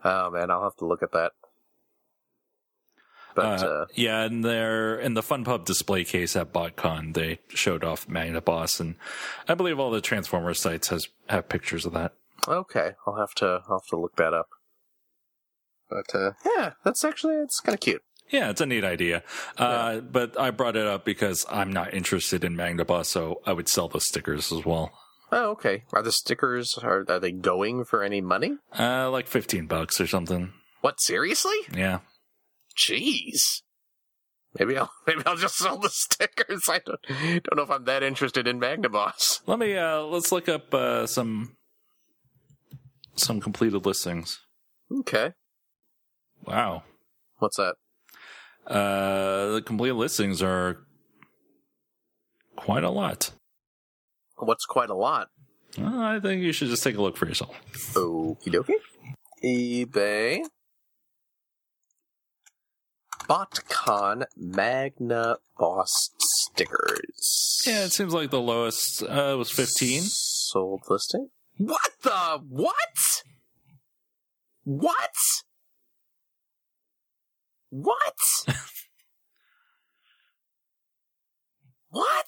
S2: Oh man, I'll have to look at that. But uh,
S1: yeah. And they're in the Fun Pub display case at BotCon. They showed off Magnaboss, and I believe all the Transformer sites has have pictures of that.
S2: uh, okay, I'll have to I'll have to look that up. But uh, yeah, that's actually it's kind of cute.
S1: Yeah, it's a neat idea. Uh, But I brought it up because I'm not interested in Magnabus, so I would sell those stickers as well.
S2: Oh okay, are the stickers are are they going for any money?
S1: Uh, like 15 bucks or something.
S2: What seriously?
S1: Yeah.
S2: Jeez. Maybe I'll [laughs] maybe I'll just sell the stickers. I don't don't know if I'm that interested in Magnaboss.
S1: Let me, uh, let's look up, uh, some, some completed listings.
S2: Okay.
S1: Wow.
S2: What's that?
S1: Uh, the completed listings are quite a lot.
S2: What's quite a lot.
S1: Uh, I think you should just take a look for yourself.
S2: Okie dokie. eBay. BotCon Magna Boss stickers.
S1: Yeah, it seems like the lowest, uh, was 15.
S2: Sold listing. What the what? What? [laughs] What? what?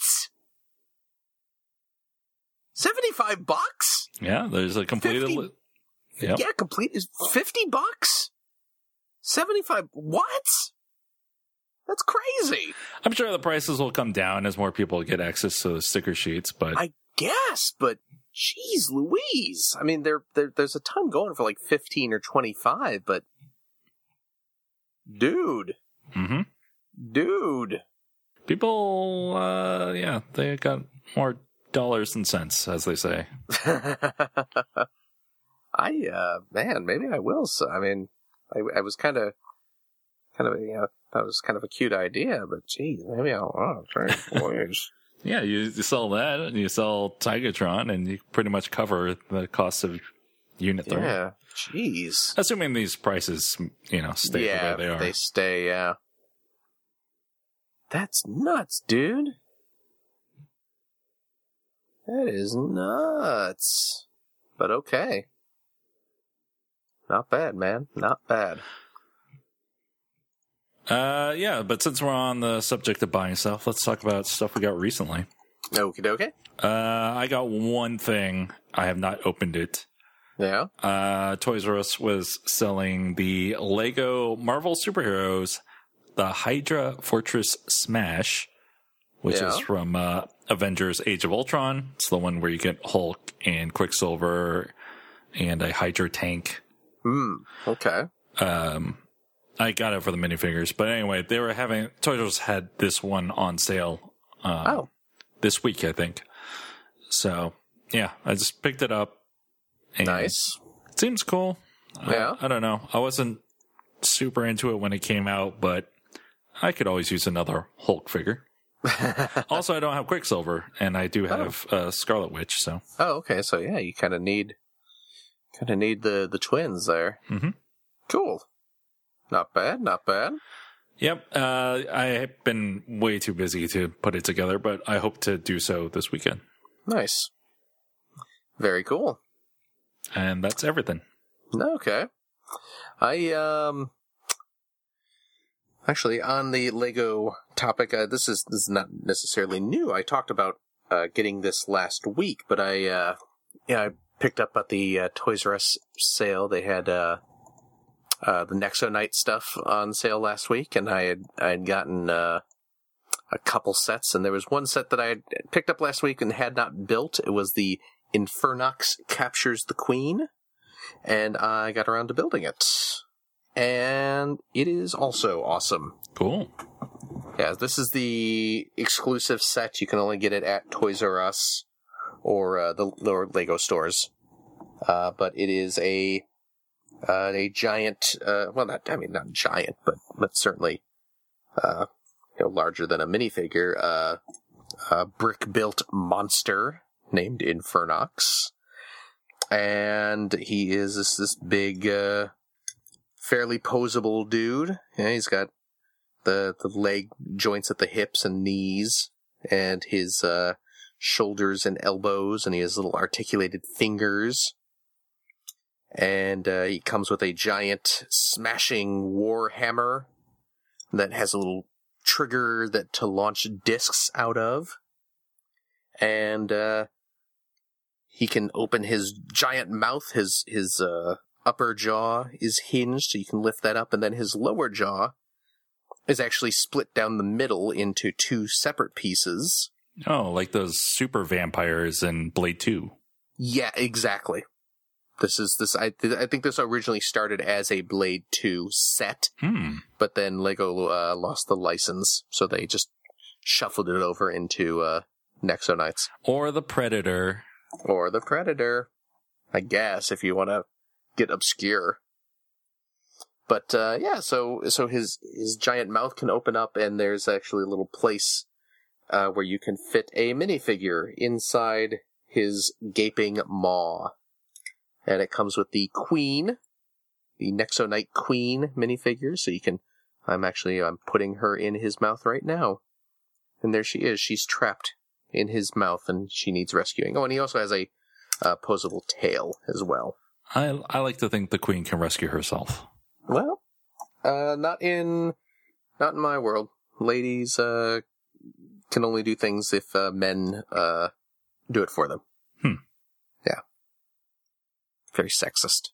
S2: Seventy-five bucks?
S1: Yeah, there's a completed.
S2: 50
S1: Li- yep.
S2: Yeah, complete is fifty bucks. Seventy five. What? That's crazy.
S1: I'm sure the prices will come down as more people get access to the sticker sheets, but
S2: I- Guess, but jeez, Louise. I mean, there, there there's a ton going for like fifteen or twenty five, but dude,
S1: Mhm.
S2: dude, [laughs]
S1: people, uh, yeah, they got more dollars and cents, as they say.
S2: I uh man, maybe I will. So I mean, I, I was kind of, kind of, you know, that was kind of a cute idea, but geez, maybe I'll. Oh, sorry, boys.
S1: Yeah, you, you sell that, and you sell Tigatron, and you pretty much cover the cost of Unit 3.
S2: yeah, jeez.
S1: Assuming these prices, you know, stay
S2: yeah,
S1: the way they are.
S2: They stay, yeah. That's nuts, dude. That is nuts. But okay. Not bad, man. Not bad.
S1: Uh, yeah, but since we're on the subject of buying stuff, let's talk about stuff we got recently.
S2: Okie dokie.
S1: Uh, I got one thing. I have not opened it.
S2: Yeah.
S1: Uh, Toys R Us was selling the Lego Marvel Superheroes, the Hydra Fortress Smash, which
S2: Yeah.
S1: is from uh, Avengers Age of Ultron. It's the one where you get Hulk and Quicksilver and a Hydra tank.
S2: Hmm. Okay.
S1: Um, I got it for the minifigures, but anyway, they were having Toys R Us had this one on sale. Uh,
S2: Oh.
S1: this week I think. So yeah, I just picked it up. and
S2: Nice.
S1: It seems cool. I-
S2: Yeah.
S1: I, don't know. I wasn't super into it when it came out, but I could always use another Hulk figure. Also, I don't have Quicksilver, and I do have uh, Scarlet Witch. So
S2: [laughs] Oh, okay. So yeah, you kind of need, kind of need the the twins there.
S1: Mhm.
S2: Cool. Not bad. Not bad.
S1: yep, uh, I've been way too busy to put it together, but I hope to do so this weekend.
S2: Nice. Very cool.
S1: And that's everything.
S2: Okay. I um actually on the Lego topic, uh, this is this is not necessarily new. I talked about uh, getting this last week, but I uh, yeah I picked up at the uh, Toys R Us sale. They had uh, uh, the Nexo Knight stuff on sale last week, and I had I had gotten uh, a couple sets, and there was one set that I had picked up last week and had not built. It was the Infernox captures the Queen and I got around to building it. And it is also awesome.
S1: Cool.
S2: Yeah, this is the exclusive set. You can only get it at Toys R Us or uh, the or Lego stores. Uh, but it is a uh, a giant. Uh, well, not I mean not giant, but but certainly uh, you know, larger than a minifigure. Uh, a brick built monster named Infernox, and he is this this big, uh, fairly posable dude. Yeah, he's got the the leg joints at the hips and knees and his uh shoulders and elbows and he has little articulated fingers and uh, he comes with a giant smashing war hammer that has a little trigger that to launch discs out of and uh he can open his giant mouth his his uh upper jaw is hinged so you can lift that up and then his lower jaw is actually split down the middle into two separate pieces.
S1: Oh, like those super vampires in Blade Two.
S2: Yeah, exactly. This is this. I th- I think this originally started as a Blade Two set,
S1: Hmm.
S2: but then Lego uh, lost the license, so they just shuffled it over into uh, Nexo Knights
S1: Or the Predator.
S2: or the Predator. I guess if you want to get obscure. But uh, yeah, so so his his giant mouth can open up, and there's actually a little place uh, where you can fit a minifigure inside his gaping maw, and it comes with the Queen, the Nexo Knight Queen minifigure. So you can, I'm actually I'm putting her in his mouth right now, and there she is. She's trapped in his mouth, and she needs rescuing. Oh, and he also has a uh, posable tail as well.
S1: I I like to think the queen can rescue herself.
S2: Well, uh, not in, not in my world. Ladies uh, can only do things if uh, men uh, do it for them.
S1: Hmm.
S2: Yeah. Very sexist.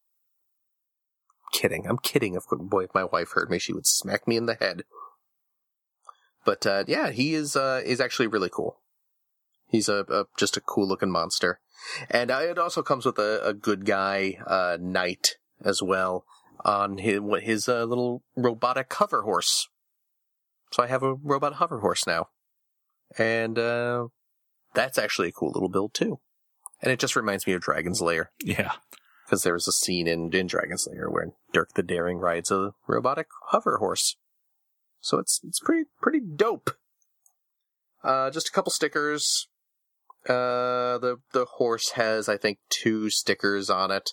S2: Kidding. I'm kidding. Of course, boy, if my wife heard me, she would smack me in the head. But uh, yeah, he is uh, is actually really cool. He's a, a just a cool looking monster, and uh, it also comes with a, a good guy uh, knight as well on his what his uh, little robotic hover horse. So I have a robot hover horse now, and uh, that's actually a cool little build too. And it just reminds me of Dragon's Lair
S1: Yeah.
S2: because there was a scene in, in Dragon's Lair where Dirk the Daring rides a robotic hover horse. So it's it's pretty pretty dope. Uh, just a couple stickers. Uh, the the horse has I think two stickers on it.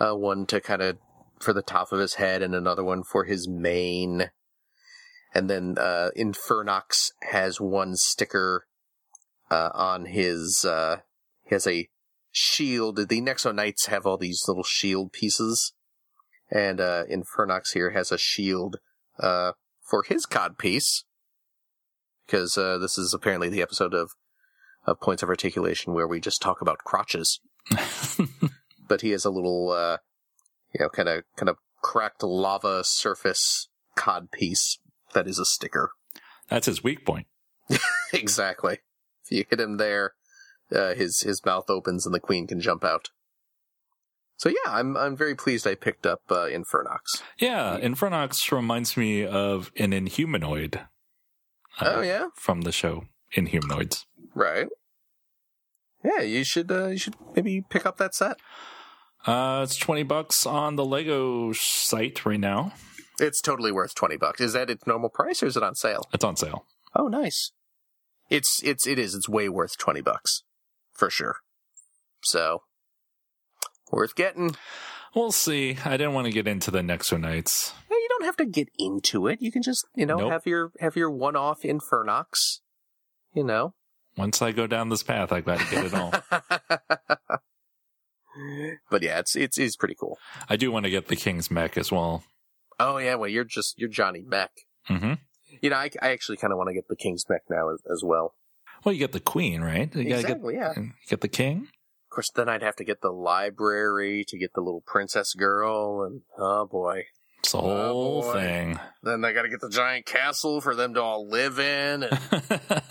S2: Uh, one to kind of for the top of his head, and another one for his mane. And then uh, Infernox has one sticker uh, on his. Uh, he has a shield. The Nexo Knights have all these little shield pieces, and uh, Infernox here has a shield uh, for his cod piece, because uh, this is apparently the episode of, of Points of Articulation where we just talk about crotches. but he has a little, uh, you know, kind of kind of cracked lava surface cod piece that is a sticker.
S1: [laughs] That's his weak point.
S2: [laughs] Exactly. If you hit him there, uh, his his mouth opens and the queen can jump out. So yeah, I'm I'm very pleased I picked up uh, Infernox.
S1: Yeah. Infernox reminds me of an Inhumanoid. uh,
S2: oh yeah,
S1: From the show Inhumanoids.
S2: right. Yeah, you should uh, you should maybe pick up that set.
S1: Uh, it's 20 bucks on the Lego site right now.
S2: It's totally worth twenty bucks. Is that its normal price or is it on sale?
S1: It's on sale.
S2: Oh, nice. It's it's it is it's way worth twenty bucks for sure. So worth getting.
S1: We'll see. I didn't want to get into the Nexo Knights.
S2: Yeah, you don't have to get into it. You can just, you know,
S1: Nope.
S2: have your have your one off Infernox. You know.
S1: Once I go down this path, I got to get it all.
S2: [laughs] but yeah, it's it's it's pretty cool.
S1: I do want to get the King's Mech as well.
S2: Oh yeah, well you're just you're Johnny Mech.
S1: hmm
S2: You know, I, I actually kind of want to get the King's Mech now as, as well.
S1: Well, you get the Queen, right? You gotta
S2: exactly. Yeah.
S1: get, you get the King?
S2: Of course, then I'd have to get the library to get the little princess girl, and oh boy,
S1: It's the
S2: Oh,
S1: whole
S2: boy.
S1: thing. [laughs]
S2: then I got to get the giant castle for them to all live in, and [laughs]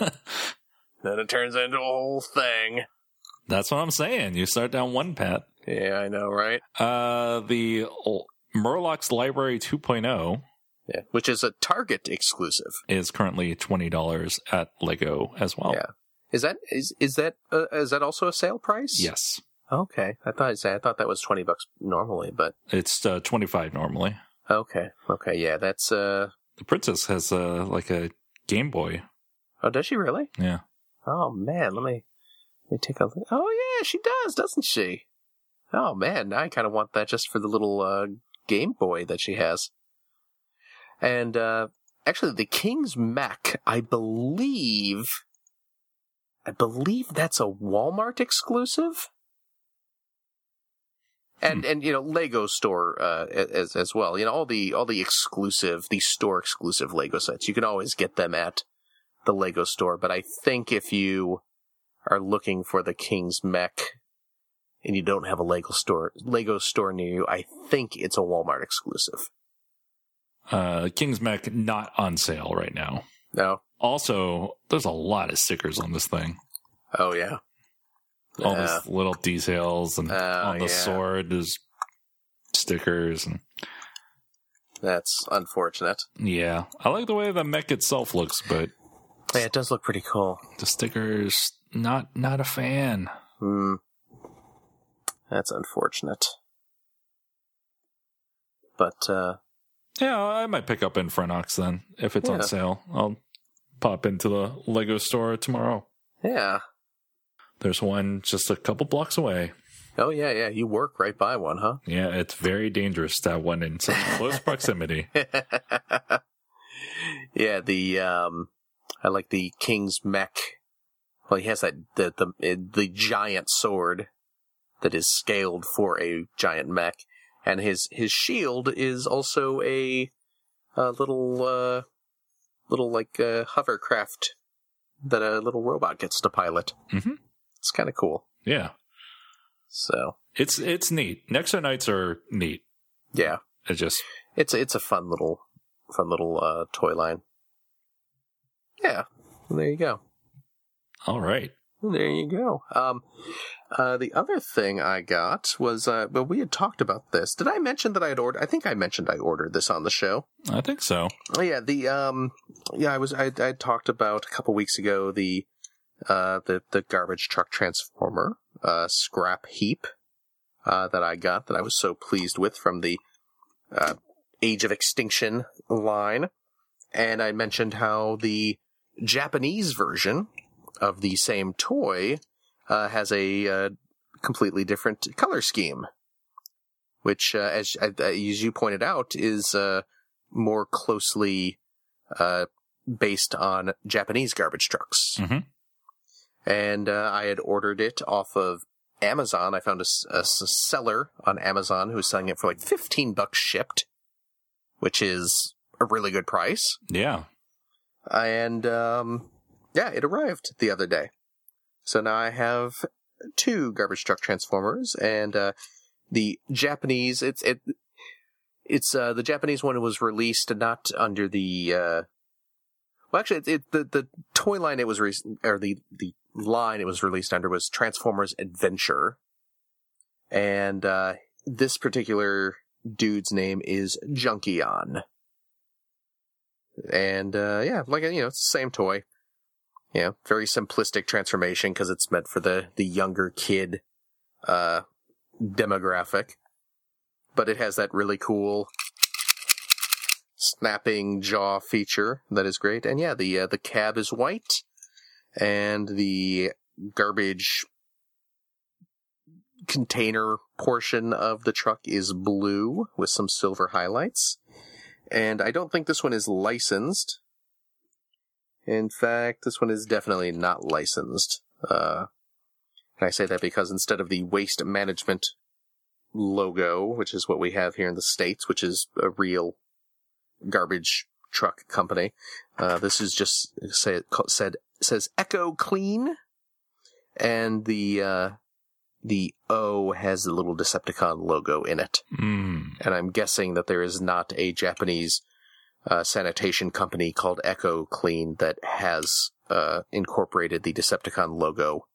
S2: then it turns into a whole thing.
S1: That's what I'm saying. You start down one path.
S2: Yeah, I know, right?
S1: Uh, the l- Murlocs Library oh. 2.0
S2: Yeah, which is a Target exclusive.
S1: is currently $20 at Lego as well.
S2: Yeah. Is that is is that uh, is that also a sale price?
S1: Yes.
S2: Okay, I thought I thought that was twenty bucks normally, but
S1: It's uh, 25 normally.
S2: okay, okay, yeah, that's uh.
S1: The princess has uh, like a Game Boy.
S2: Oh, does she really?
S1: Yeah.
S2: Oh man, let me let me take a look. Oh yeah, she does, doesn't she? Oh man, now I kind of want that just for the little uh, Game Boy that she has. And uh, actually, the King's Mac, I believe, I believe that's a Walmart exclusive. And and you know Lego store uh, as as well. You know all the all the exclusive, the store exclusive Lego sets. You can always get them at the Lego store, but I think if you are looking for the King's Mech and you don't have a Lego store Lego store near you, I think it's a Walmart exclusive.
S1: Uh, King's Mech not on sale right now.
S2: No.
S1: Also, there's a lot of stickers on this thing.
S2: Oh yeah.
S1: All
S2: Yeah.
S1: these little details and
S2: Oh,
S1: on the
S2: yeah.
S1: sword there's stickers and
S2: That's unfortunate.
S1: yeah. I like the way the mech itself looks, but
S2: Yeah, it does look pretty cool.
S1: the stickers not not a fan.
S2: Hmm. That's unfortunate. But uh
S1: Yeah, I might pick up Infernox then if it's on
S2: Yeah.
S1: sale. I'll pop into the Lego store tomorrow.
S2: yeah.
S1: There's one just a couple blocks away.
S2: Oh yeah, yeah. You work right by one, huh?
S1: Yeah, it's very dangerous that one in such close proximity.
S2: [laughs] yeah, the um, I like the king's mech. Well, he has that the the uh, the giant sword that is scaled for a giant mech, and his his shield is also a, a little uh, little like uh, hovercraft that a little robot gets to pilot.
S1: Mhm.
S2: It's kind of cool.
S1: Yeah.
S2: So
S1: It's it's neat. Nexo Knights are neat.
S2: Yeah,
S1: It just
S2: it's it's a fun little fun little uh, toy line. Yeah, well, there you go.
S1: all right.
S2: Well, There you go. Um, uh, the other thing I got was, uh, but we had talked about this. Did I mention that I had ordered? I think I mentioned I ordered this on the show.
S1: I think so.
S2: Oh, yeah, the um, yeah, I was I I talked about a couple weeks ago the uh the the garbage truck transformer uh scrap heap uh that I got that I was so pleased with from the uh, Age of Extinction line, and I mentioned how the Japanese version of the same toy uh, has a uh, completely different color scheme, which uh, as as you pointed out is uh more closely uh, based on Japanese garbage trucks.
S1: Mhm.
S2: And uh, I had ordered it off of Amazon. I found a, s- a s- seller on Amazon who was selling it for like 15 bucks shipped, which is a really good price.
S1: Yeah.
S2: And um, yeah, it arrived the other day. So now I have two garbage truck transformers and uh, the Japanese. It's it. It's uh, the Japanese one was released not under the. Uh, well, actually, it, it, the the toy line it was re- or the the line it was released under was Transformers Adventure, and uh, this particular dude's name is Junkion. And uh, yeah, like you know, it's the same toy. Yeah, very simplistic transformation because it's meant for the the younger kid uh, demographic, but it has that really cool snapping jaw feature that is great. And yeah, the uh, the cab is white, and the garbage container portion of the truck is blue with some silver highlights. And I don't think this one is licensed. In fact, this one is definitely not licensed. Uh, and I say that because instead of the waste management logo, which is what we have here in the States, which is a real garbage truck company, uh, this is just say, ca- said, says Echo Clean. And the, uh, the O has the little Decepticon logo in it
S1: Mm.
S2: and I'm guessing that there is not a Japanese uh, sanitation company called Echo Clean that has uh, incorporated the Decepticon logo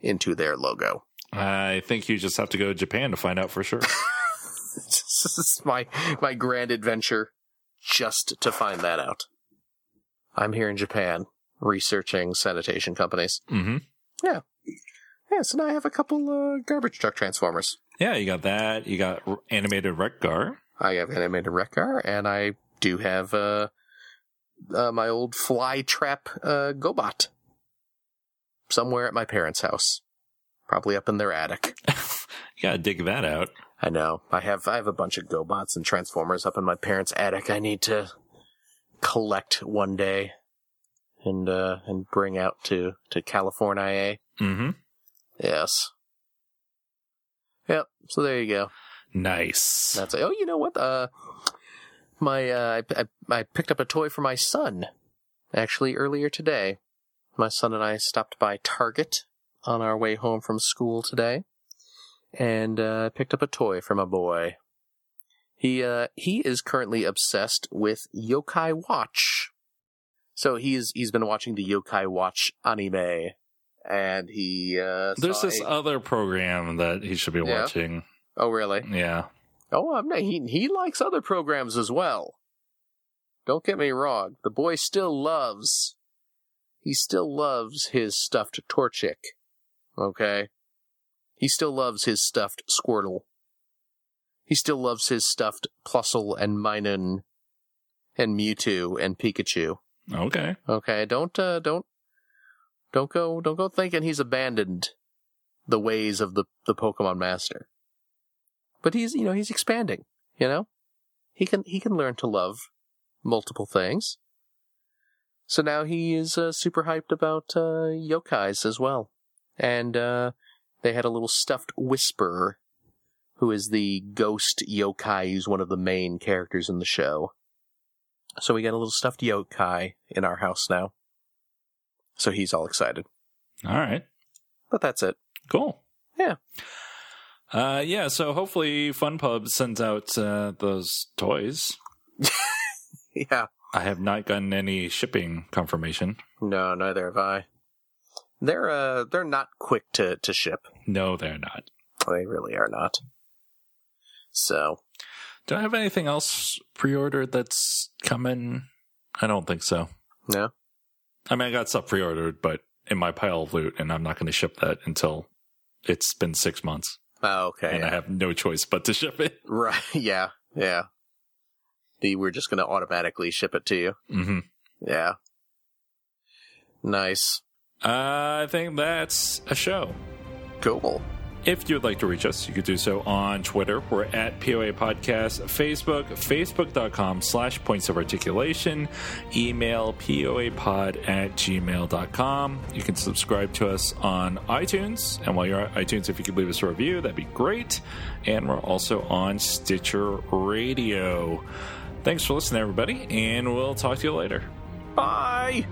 S2: into their logo. [laughs]
S1: I think you just have to go to Japan to find out for sure.
S2: this is my my grand adventure, just to find that out. I'm here in Japan researching sanitation companies.
S1: hmm
S2: Yeah, so now I have a couple uh, garbage truck transformers.
S1: Yeah, you got that. You got r- animated Rekgar.
S2: I have animated Rekgar, and I do have uh, uh, my old fly trap uh, GoBot somewhere at my parents' house, probably up in their attic.
S1: [laughs] You gotta dig that out.
S2: I know. I have I have a bunch of GoBots and Transformers up in my parents' attic. I need to collect one day and uh, and bring out to to California. eh?
S1: hmm
S2: Yes. Yep. So there you go.
S1: Nice.
S2: That's oh, you know what? Uh, my uh, I, I I picked up a toy for my son actually earlier today. My son and I stopped by Target on our way home from school today, and uh, picked up a toy for my boy. He uh, he is currently obsessed with Yokai Watch. So he's he's been watching the Yokai Watch anime, and he uh,
S1: There's
S2: saw
S1: this
S2: a-
S1: other program that he should be
S2: Yeah.
S1: watching.
S2: oh really?
S1: Yeah.
S2: Oh, I'm not, he he likes other programs as well. Don't get me wrong. The boy still loves. He still loves his stuffed Torchic. Okay. He still loves his stuffed Squirtle. He still loves his stuffed Plusle and Minun and Mewtwo and Pikachu.
S1: Okay.
S2: Okay, don't uh, don't don't go don't go thinking he's abandoned the ways of the the Pokemon Master. But he's you know he's expanding. You know, he can he can learn to love multiple things. So now he is uh, super hyped about uh, yokais as well, and uh, they had a little stuffed whisperer, who is the ghost yokai, who's one of the main characters in the show. So we got a little stuffed yokai in our house now. So he's all excited.
S1: All right.
S2: But that's it.
S1: Cool.
S2: Yeah.
S1: Uh, yeah, so hopefully Fun Pub sends out uh, those toys.
S2: [laughs] Yeah.
S1: I have not gotten any shipping confirmation.
S2: No, neither have I. They're uh they're not quick to to ship.
S1: No, they're not.
S2: They really are not. So
S1: Do I have anything else pre-ordered that's coming? I don't think so.
S2: No?
S1: I mean, I got stuff pre-ordered, but in my pile of loot, and I'm not going to ship that until it's been six months,
S2: oh, okay.
S1: and I have no choice but to [laughs] ship it.
S2: [laughs] Right. Yeah. Yeah. The, we're just going to automatically ship it to you.
S1: hmm
S2: Yeah. Nice.
S1: Uh, I think that's a show.
S2: Cool.
S1: If you'd like to reach us, you could do so on Twitter. We're at POA Podcast, Facebook, facebook.com slash points of articulation, email poapod at gmail.com. You can subscribe to us on iTunes. And while you're at iTunes, if you could leave us a review, that'd be great. And we're also on Stitcher Radio. Thanks for listening, everybody, and we'll talk to you later.
S2: Bye.